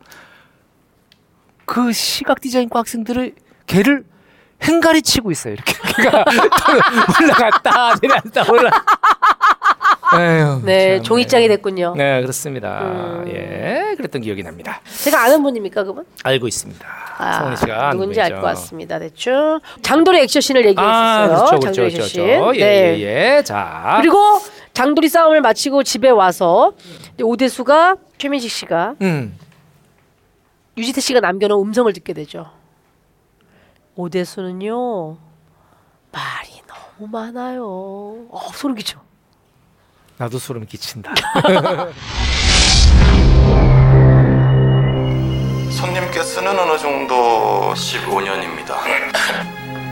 그 시각 디자인과 학생들을 걔를 횡가리 치고 있어요 이렇게 걔가 올라갔다 내려갔다 올라 에휴,
네,
참.
종이장이 됐군요.
네 그렇습니다
음.
예 그랬던 기억이 납니다
제가 아는 분입니까, 그분?
알고 있습니다 성훈 씨가 아는
누군지 알 것
분이죠.
같습니다. 대충 장돌의 액션씬을 얘기했었어요.
아 그렇죠 그렇죠
장돌의
그렇죠
액션씬. 네.
예예자 아.
그리고 장돌이 싸움을 마치고 집에 와서 이제 오대수가 최민식 씨가
음
유지태 씨가 남겨놓은 음성을 듣게 되죠. 오대수는요 말이 너무 많아요. 어, 소름 끼쳐.
나도 소름 끼친다
손님께서는 어느 정도 15년입니다.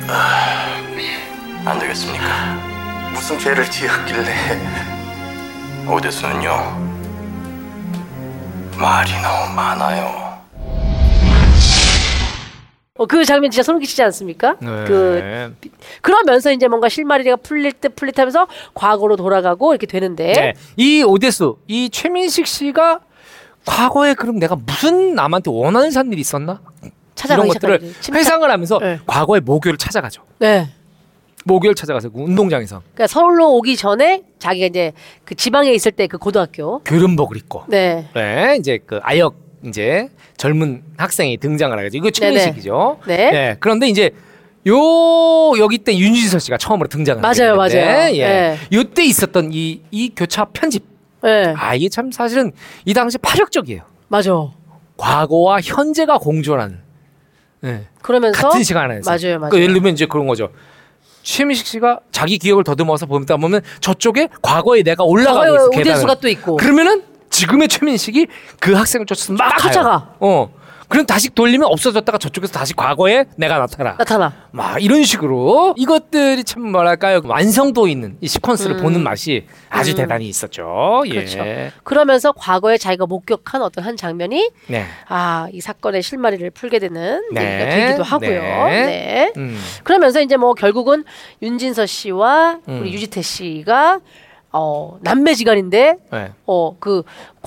아, 안 되겠습니까? 무슨 죄를 지었길래? 오대수는요. 말이 너무 많아요.
어, 그 장면 진짜 소름 끼치지 않습니까?
네.
그 그러면서 이제 뭔가 실마리가 풀릴 듯 풀릴 듯 하면서 과거로 돌아가고 이렇게 되는데
네. 이 오대수, 이 최민식 씨가 과거에 그럼 내가 무슨 남한테 원하는 산 일이 있었나? 이런
찾아가기
것들을
시작하는 거지.
회상을 하면서
네.
과거의 모교를 찾아가죠.
네.
모교를 찾아가서 그 운동장에서
그러니까 서울로 오기 전에 자기가 이제 그 지방에 있을 때 그 고등학교.
교련복을 입고
네.
네, 이제 그 아역 이제 젊은 학생이 등장을 하죠. 이거 최민식이죠.
네네. 네.
그런데 이제 요 여기 때 윤지서 씨가 처음으로 등장을
맞아요,
하게 되는데,
맞아요.
예.
네.
요때 있었던 이 이 교차 편집.
네.
아 이게 참 사실은 이 당시 파격적이에요.
맞아.
과거와 현재가 공존하는 예,
그러면서
같은 시간 안에서
맞아요, 맞아요.
그러니까 예를 들면 이제 그런 거죠. 최민식 씨가 자기 기억을 더듬어서 보다 보면 저쪽에 과거에 내가 올라가고 있어
과거에
계단을.
오대수가 또 있고.
그러면은 지금의 최민식이 그 학생을 쫓아서 막 가요.
쫓아가.
어. 그럼 다시 돌리면 없어졌다가 저쪽에서 다시 과거에 내가 나타나.
나타나.
막 이런 식으로 이것들이 참 뭐랄까요 그 완성도 있는 이 시퀀스를 보는 맛이 아주 대단히 있었죠. 예.
음. 그렇죠. 그러면서 과거에 자기가 목격한 어떤 한 장면이
네.
아, 이 사건의 실마리를 풀게 되는
네.
얘기가 되기도 하고요.
네.
네.
음.
그러면서 이제 뭐 결국은 윤진서 씨와
음.
우리 유지태 씨가 어, 남매지간인데
네.
어, 그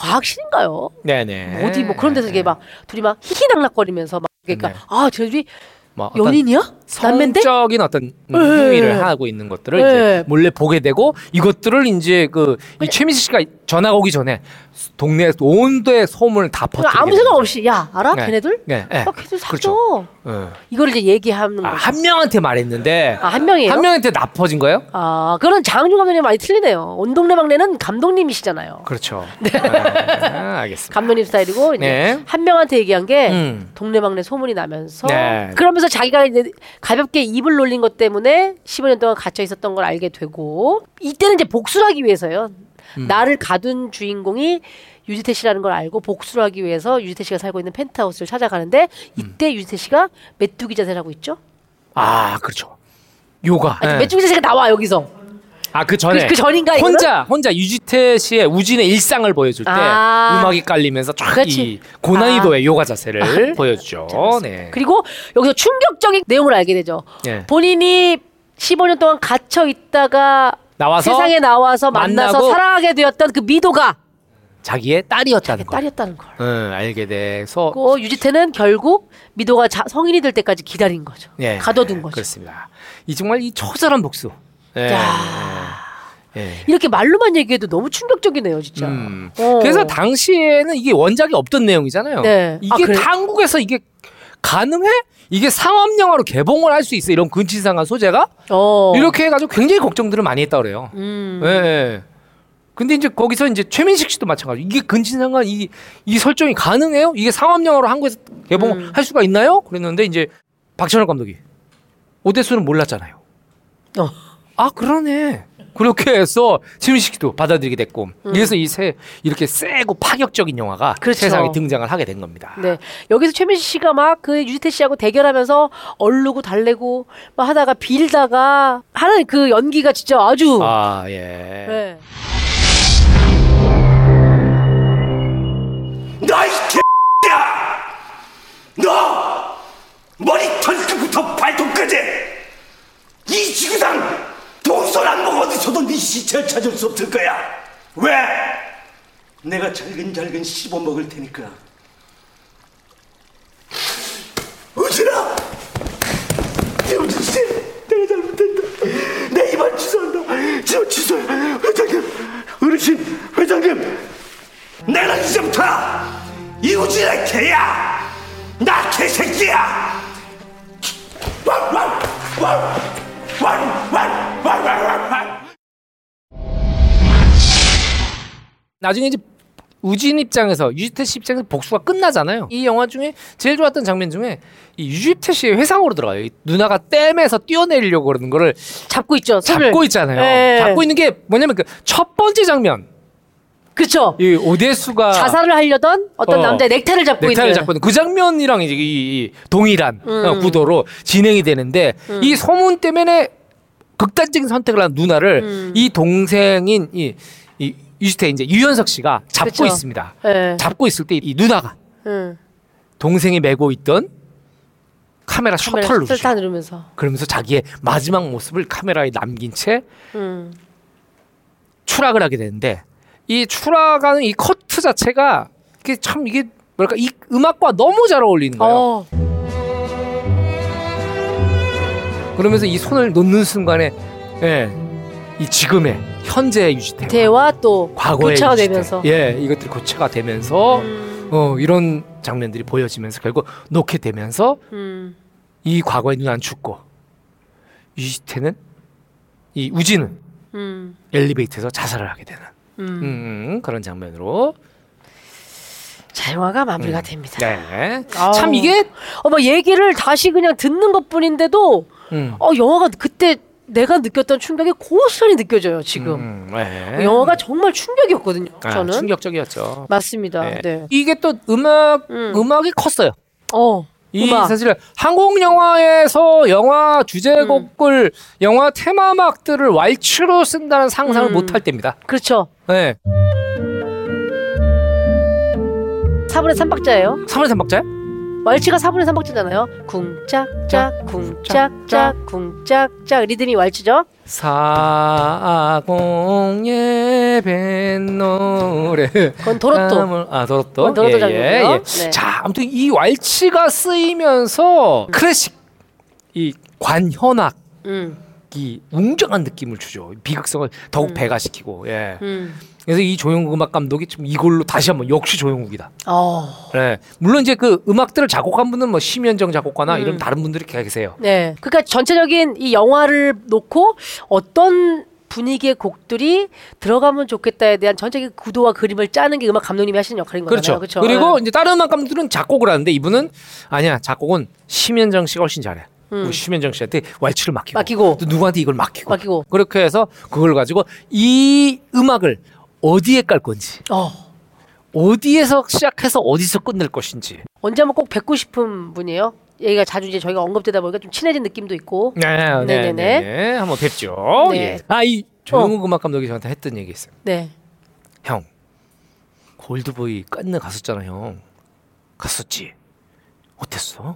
과학실인가요?
네네.
어디 뭐 그런 데서 이게 막 둘이 막 희희낙낙거리면서 막 그러니까
예. 네.
아 저들이
뭐 어떤
연인이야? 남매인데?
성적인 어떤
예, 예.
행위를 하고 있는 것들을
예.
이제 몰래 보게 되고 이것들을 이제 그 이 최민식 씨가 전학 오기 전에 동네 온도의 소문을 다 퍼뜨리게
그러니까 아무 생각 없이 야 알아?
네.
걔네들?
네, 네.
아, 걔네들 사줘.
그렇죠. 되는 거죠.
이거를 이제 얘기하는
예. 아,
거죠.
한 명한테 말했는데
아, 한 명이에요?
한 명한테 나빠진 거예요?
아, 그런 장준 감독님 많이 틀리네요. 온동네 막내는 감독님이시잖아요.
그렇죠.
네.
아, 알겠습니다.
감독님 스타일이고 이제
네.
한 명한테 얘기한 게
음.
동네 막내 소문이 나면서
네.
그러면서 자기가 이제 가볍게 입을 놀린 것 때문에 15년 동안 갇혀 있었던 걸 알게 되고 이때는 이제 복수를 하기 위해서요.
음.
나를 가둔 주인공이 유지태 씨라는 걸 알고 복수를 하기 위해서 유지태 씨가 살고 있는 펜트하우스를 찾아가는데
음.
이때 유지태 씨가 메뚜기 자세를 하고 있죠.
아, 그렇죠. 요가.
아니,
예.
메뚜기 자세가 나와 여기서.
아 그 전에
그- 그 전인가, 이거는?
혼자 혼자 유지태 씨의 우진의 일상을 보여줄 때
아.
음악이 깔리면서
그렇지. 아.
쫙이 고난이도의 요가 자세를 보여주죠. 네.
그리고 여기서 충격적인 내용을 알게 되죠.
예.
본인이 15년 동안 갇혀 있다가
나와서
세상에 나와서 만나서
만나고 그렇죠.
사랑하게 되었던 그 미도가
자기의
그
딸이었다는 거.
딸이었다는 걸.
응 알게 돼서
그 유지태는 결국 미도가 자- 성인이 될 때까지 기다린 거죠.
예,
가둬둔 거죠.
그렇습니다. 이 정말 이 처절한 복수. 예.
야.
예.
이렇게 말로만 얘기해도 너무 충격적이네요, 진짜.
음.
어.
그래서 당시에는 이게 원작이 없던 내용이잖아요.
네. 아,
이게
그래요?
다 한국에서 이게 가능해? 이게 상업 영화로 개봉을 할 수 있어 이런 근친상한 소재가
어.
이렇게 해가지고 굉장히 걱정들을 많이 했다 그래요.
음.
예, 예. 근데 이제 거기서 이제 최민식 씨도 마찬가지. 이게 근친상간 이, 이 설정이 가능해요? 이게 상업 영화로 한국에서
음.
개봉할 수가 있나요? 그랬는데 이제 박찬욱 감독이 오대수는 몰랐잖아요.
어.
아 그러네. 그렇게 해서 최민식 씨도 받아들이게 됐고 그래서 이 세 이렇게 세고 파격적인 영화가
음. 그렇죠.
세상에 등장을 하게 된 겁니다.
네. 여기서 최민식 씨가 막 그 유지태 씨하고 대결하면서 얼르고 달래고 막 하다가 빌다가 하는 그 연기가 진짜 아주
아 예.
네.
너이 개야! 너 머리 털끝부터 발톱까지 이 지구상 동선 안목 어디서도 네 시체를 찾을 수 없을 거야. 왜? 내가 잘근잘근 씹어 먹을 테니까. 우진아, 우진 씨, 내가 잘못했다. 내 입안 취소한다. 지금 취소해. 회장님, 어르신, 회장님, 내가 이제부터 이우진의 개야! 나 개새끼야! 왈, 왈, 왈, 왈, 왈, 왈, 왈, 왈, 왈.
나중에 이제 우진 입장에서 유지태 씨 입장에서 복수가 끝나잖아요. 이 영화 중에 제일 좋았던 장면 중에 이 유지태 씨의 회상으로 들어가요. 이 누나가 댐에서 뛰어내리려고 그러는 거를
잡고 있죠. 손을.
잡고 있잖아요.
네.
잡고 있는 게 뭐냐면 그 첫 번째 장면.
그렇죠.
이 오대수가
자살을 하려던 어떤
어.
남자의 넥타이를 잡고
넥타이를
있는
잡고 있는 그 장면이랑 이제 이, 이 동일한 어, 구도로 진행이 되는데 이 소문 때문에 극단적인 선택을 한 누나를 이 동생인 이, 이 유지태 이제 유연석 씨가 잡고
그쵸.
있습니다.
예.
잡고 있을 때 이 누나가 예.
응.
동생이 메고 있던 카메라 셔터를
카메라 다
누르죠.
누르면서.
그러면서 자기의 마지막 모습을 카메라에 남긴 채
음.
추락을 하게 되는데 이 추락하는 이 커트 자체가 이게 참 이게 뭐랄까 이 음악과 너무 잘 어울리는 거예요.
어.
그러면서 이 손을 놓는 순간에 예, 이 지금의 현재의 유지태
대화 또
과거의
교차가
유지태.
되면서. 음.
예 이것들이 고체가 되면서 어, 이런 장면들이 보여지면서 결국 놓게 되면서
음.
이 과거의 눈안 죽고 유지태는 이 우진은
음.
엘리베이터에서 자살을 하게 되는
음.
음, 그런 장면으로
자, 영화가 마무리가 됩니다.
음. 네.
아우.
참 이게
어, 막 얘기를 다시 그냥 듣는 것 뿐인데도
음.
어, 영화가 그때 내가 느꼈던 충격이 고스란히 느껴져요, 지금. 그
음, 네.
영화가 정말 충격이었거든요,
아,
저는.
충격적이었죠.
맞습니다.
네.
네.
이게 또 음악
음.
음악이 컸어요.
어.
이
음악.
사실 한국 영화에서 영화
음.
주제곡을 영화 테마음악들을 왈츠로 쓴다는 상상을
음.
못할 때입니다.
그렇죠.
네.
4분의 3박자예요.
3월 3박자요?
왈츠가 4분의 3박자잖아요. 쿵짝짝 쿵짝짝 쿵짝짝 리듬이 왈츠죠?
사공예 뱃노래
그건 도로토.
아 도로토 예.
그건 도로토 장르고요. 네.
자 아무튼 이 왈츠가 쓰이면서 클래식 이 관현악이
음.
웅장한 느낌을 주죠 비극성을 더욱 배가시키고 예
음.
그래서 이 조영국 음악 감독이 좀 이걸로 다시 한번 역시 조영국이다
어.
네. 물론 이제 그 음악들을 작곡한 분은 뭐 심현정 작곡가나 이런 다른 분들이 계세요.
네. 그러니까 전체적인 이 영화를 놓고 어떤 분위기의 곡들이 들어가면 좋겠다에 대한 전체적인 구도와 그림을 짜는 게 음악 감독님이 하시는 역할인
그렇죠.
거잖아요. 그렇죠.
그리고 이제 다른 음악 감들은 작곡을 하는데 이분은 아니야 작곡은 심현정 씨가 훨씬 잘해. 우리 심현정 씨한테 왈츠를 음. 맡기고,
맡기고.
또 누구한테 이걸 맡기고,
맡기고.
그렇게 해서 그걸 가지고 이 음악을 어디에 깔 건지
어.
어디에서 시작해서 어디서 끝낼 것인지
언제 한번 꼭 뵙고 싶은 분이에요. 얘기가 자주 이제 저희가 언급되다 보니까 좀 친해진 느낌도 있고.
네, 네,
네네네.
네, 네. 한번 뵙죠.
네.
예. 아, 이 조용훈 음악 감독이 저한테 했던 얘기 있어요.
네.
형 골드보이 깐느 갔었잖아 형 갔었지 어땠어?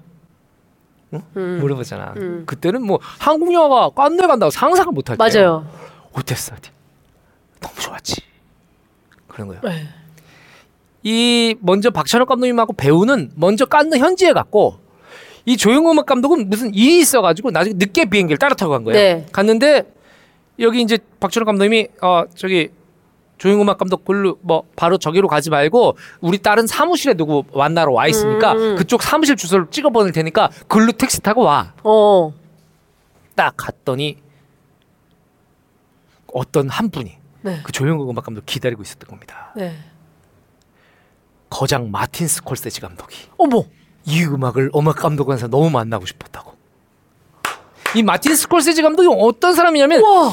응?
음.
물어보잖아 그때는 뭐 한국 영화가 깐느 간다고 상상을 못할 때
맞아요.
어땠어? 어때? 너무 좋았지 그런 거예요
네.
이 먼저 박찬욱 감독님하고 배우는 먼저 깐느 현지에 갔고 이 조용호 음악 감독은 무슨 일이 있어가지고 나중에 늦게 비행기를 따라 타고 간 거예요.
네.
갔는데 여기 이제 박찬욱 감독님이 어 저기 조용호 음악 감독 글로 뭐 바로 저기로 가지 말고 우리 딸은 사무실에 누구 만나러 와 있으니까
음.
그쪽 사무실 주소를 찍어 보낼 테니까 글로 택시 타고 와.
어.
딱 갔더니 어떤 한 분이
네.
그 조용호 음악 감독 기다리고 있었던 겁니다.
네.
거장 마틴 스콜세지 감독이.
어머.
이 음악을 음악 감독관에서 너무 만나고 싶었다고. 이 마틴 스콜세지 감독이 어떤 사람이냐면
와.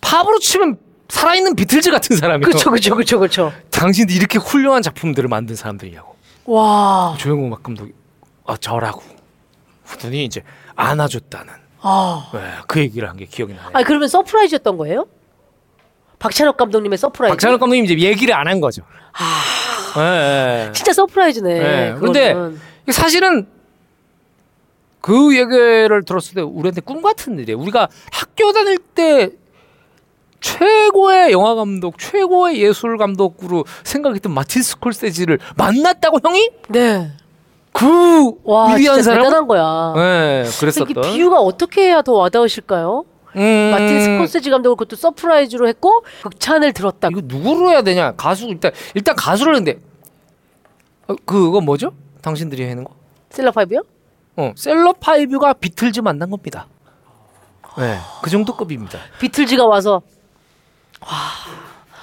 팝으로 치면 살아있는 비틀즈 같은 사람이에요.
그쵸 그쵸 그쵸 그쵸.
당신도 이렇게 훌륭한 작품들을 만든 사람들이라고.
와.
조영호 음악 감독이 아 저라고. 그랬더니 이제 안아줬다는
아.
예, 그 얘기를 한 게 기억이 나요.
아 그러면 서프라이즈였던 거예요? 박찬욱 감독님의 서프라이즈.
박찬욱 감독님 이제 얘기를 안 한 거죠.
아.
예, 예.
진짜 서프라이즈네.
예, 근데
그거는.
이게 사실은 그 얘기를 들었을 때 우리한테 꿈 같은 일이에요. 우리가 학교 다닐 때 최고의 영화 감독, 최고의 예술 감독으로 생각했던 마틴 스콜세지를 만났다고 형이
네.
그
와 진짜
위대한 사람.
대단한 거야.
예,
이게
그랬었던.
비유가 어떻게 해야 더 와닿으실까요?
음,
마틴 스코세지 감독을 그것도 서프라이즈로 했고 극찬을 들었다.
이거 누구로 해야 되냐? 가수 일단 일단 가수를 했는데 어, 그거 뭐죠? 당신들이 하는 거?
셀라파이브요?
어, 셀럽파이브가 비틀즈 만난 겁니다. 네, 그 정도 급입니다.
비틀즈가 와서 와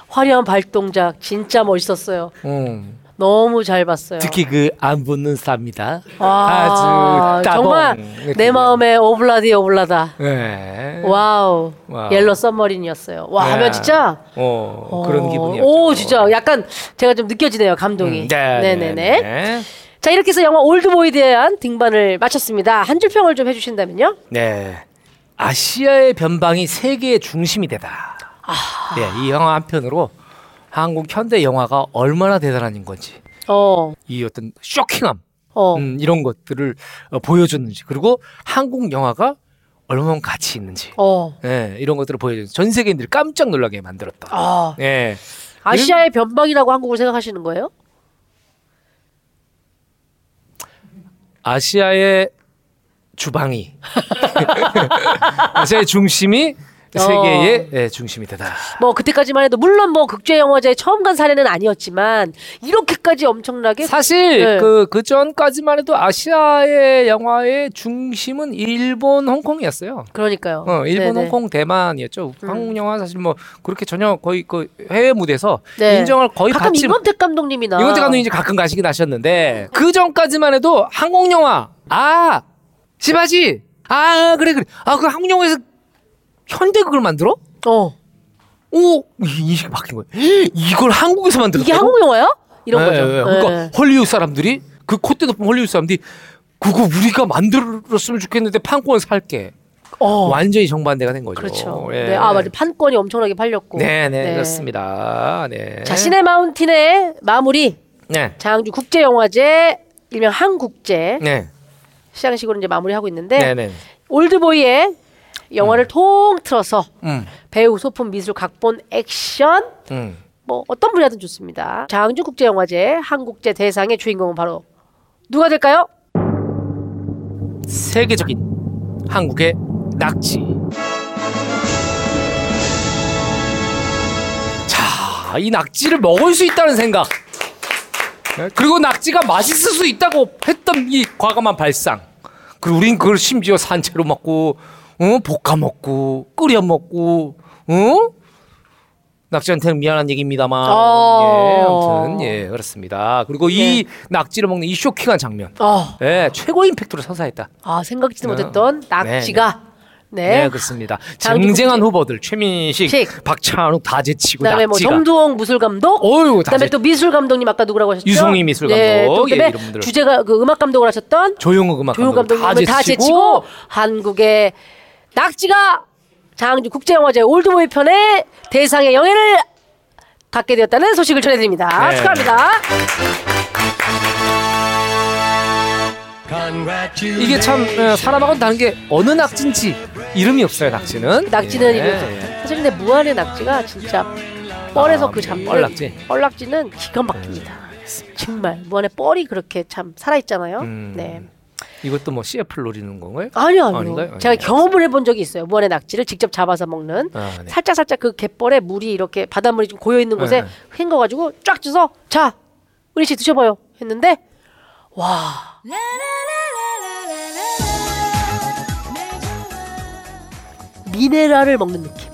화려한 발동작 진짜 멋있었어요.
음,
너무 잘 봤어요.
특히 그 안 붙는 쌉니다.
와,
아주 따봉.
아, 정말 내
이렇게.
마음의 오블라디 오블라다.
네.
와우,
와우.
옐로 썸머린이었어요. 와
네.
하면 진짜
어,
어,
그런 기분이었죠.
오 진짜 약간 제가 좀 느껴지네요 감동이.
음, 네,
네네네.
네, 네.
자 이렇게 해서 영화 올드보이에 대한 등반을 마쳤습니다. 한 줄 평을 좀 해주신다면요?
네. 아시아의 변방이 세계의 중심이 되다.
아.
네, 이 영화 한편으로 한국 현대 영화가 얼마나 대단한 건지
어,
이 어떤 쇼킹함
어,
음, 이런 것들을 어, 보여줬는지 그리고 한국 영화가 얼마나 가치 있는지
어.
예, 이런 것들을 보여줘서 전 세계인들이 깜짝 놀라게 만들었다.
아,
예.
아시아의 변방이라고 한국을 생각하시는 거예요?
아시아의 주방이 아시아의 중심이 세계의
어.
예, 중심이 되다.
뭐 그때까지만 해도 물론 뭐 극제 영화제에 처음 간 사례는 아니었지만 이렇게까지 엄청나게
사실
네.
그 그 전까지만 해도 아시아의 영화의 중심은 일본, 홍콩이었어요.
그러니까요.
어, 일본,
네네. 음.
홍콩, 대만이었죠. 한국 영화 사실 뭐 그렇게 전혀 거의 그 해외 무대에서
네.
인정을 거의
가끔
받지
임원택 감독님이나
이건 감독님 이제 가끔 가시긴 하셨는데 그 전까지만 해도 한국 영화 아 시바지 아 그래 그래 아 그 한국 영화에서 현대극을 만들어?
어
오 이- 인식이 바뀐 거예요. 헉, 이걸 한국에서 만들었다고?
이게 한국 영화야? 이런
예,
거죠.
예, 예. 그러니까
예.
헐리우드 사람들이 그 콧대 높은 헐리우드 사람들이 그거 우리가 만들었으면 좋겠는데 판권 살게
어.
완전히 정반대가 된 거죠.
그렇죠.
예.
네, 아 맞아 판권이 엄청나게 팔렸고.
네네 그렇습니다. 네.
자신의 마운틴의 마무리
네.
장항주 국제영화제 일명 한국제
네.
시상식으로 이제 마무리하고 있는데
네. 네.
올드보이의 영화를 통틀어서
음.
배우 소품 미술 각본 액션
음.
뭐 어떤 분야든 좋습니다. 장항주 국제영화제 한국제 대상의 주인공은 바로 누가 될까요?
세계적인 한국의 낙지. 자, 이 낙지를 먹을 수 있다는 생각. 네, 그리고 낙지가 맛있을 수 있다고 했던 이 과감한 발상. 그리고 우린 그걸 심지어 산채로 먹고, 어? 볶아 먹고, 끓여 먹고, 어? 낙지한테는 미안한 얘기입니다만. 예,
어.
아무튼, 예, 그렇습니다. 그리고 이 낙지를 먹는 이 쇼킹한 장면.
어,
예, 최고 임팩트로 선사했다.
아 생각지도
네.
못했던 낙지가
네,
네.
그렇습니다.
장기
쟁쟁한
국제-
후보들 최민식,
식.
박찬욱 다 제치고
그다음에 뭐
낙지가
정두홍 무술 감독,
어휴,
그다음에
다시-
또 미술 감독님 아까 누구라고 하셨죠?
유성희 미술 감독,
또
예,
그다음에
이런 분들.
주제가 그 음악 감독을 하셨던
조용욱 음악
조용
감독
감독님은
다
다
제치고
제치고 한국의 낙지가 장항준 국제영화제 올드보이 편에 대상의 영예를 갖게 되었다는 소식을 전해드립니다.
네.
축하합니다.
이게 참
네.
어, 사람하고는 다른 게 어느 낙지인지 이름이 없어요 낙지는
낙지는
예,
이거
예.
사실 근데 무한의 낙지가 진짜 뻘에서
아,
그 잡는
뻘낙지?
뻘낙지는 기가 막힙니다. 정말 무한의 뻘이 그렇게 참 살아있잖아요.
음.
네.
이것도 뭐 CF를 노리는 건가요?
아니요, 아니요.
아닌가요?
제가
아니요.
경험을 해본 적이 있어요. 무한의 낙지를 직접 잡아서 먹는.
아, 네.
살짝 살짝 그 갯벌에 물이 이렇게 바닷물이 좀 고여 있는 곳에
네.
헹궈가지고 쫙 주서 자 우리 씨 드셔봐요 했는데 와 미네랄을 먹는 느낌.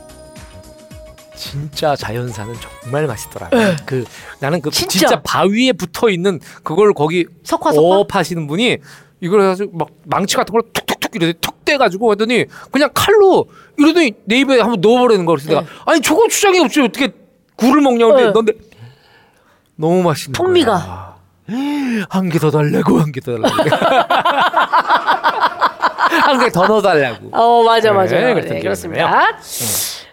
진짜 자연산은 정말 맛있더라고요. 그 나는 그
네. 진짜.
진짜, 바위에 붙어 있는 그걸 거기
석화, 석화?
업하시는 분이 이걸 해가지고 막 망치 같은 걸 툭툭툭 이러더니 툭 떼가지고 하더니 그냥 칼로 이러더니 내 입에 한번 넣어버리는 거를 내가 아니 저거 주장이 없지 어떻게 굴을 먹냐고
네.
그랬는데 넌데 너무 맛있는
통미가.
한 개 더 달라고 한 개 더 달라고 한 개 더 넣어달라고
어 맞아
네,
맞아.
그랬던
네,
기억이 음.
그렇습니다.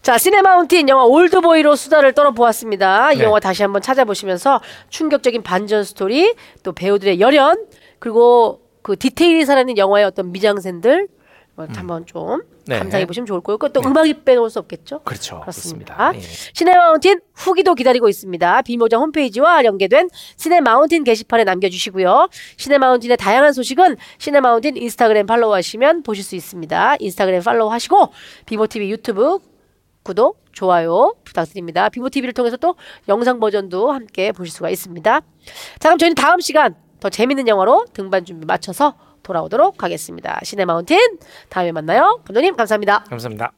자 시네마운틴 영화 올드보이로 수다를 떨어보았습니다. 이
네.
영화 다시 한번 찾아보시면서 충격적인 반전 스토리 또 배우들의 열연 그리고 그 디테일이 살아있는 영화의 어떤 미장센들 뭐 한번 좀
음. 네.
감상해 보시면 좋을 거고 또 음악이 빼놓을 수 없겠죠.
그렇죠.
그렇습니다.
그렇습니다.
시네마운틴 후기도 기다리고 있습니다. 비모장 홈페이지와 연계된 시네마운틴 게시판에 남겨주시고요. 시네마운틴의 다양한 소식은 시네마운틴 인스타그램 팔로우하시면 보실 수 있습니다. 인스타그램 팔로우하시고 비모TV 유튜브 구독, 좋아요 부탁드립니다. 비모TV를 통해서 또 영상 버전도 함께 보실 수가 있습니다. 자 그럼 저희는 다음 시간 더 재밌는 영화로 등반 준비 마쳐서 돌아오도록 하겠습니다. 시네마운틴 다음에 만나요. 감독님 감사합니다.
감사합니다.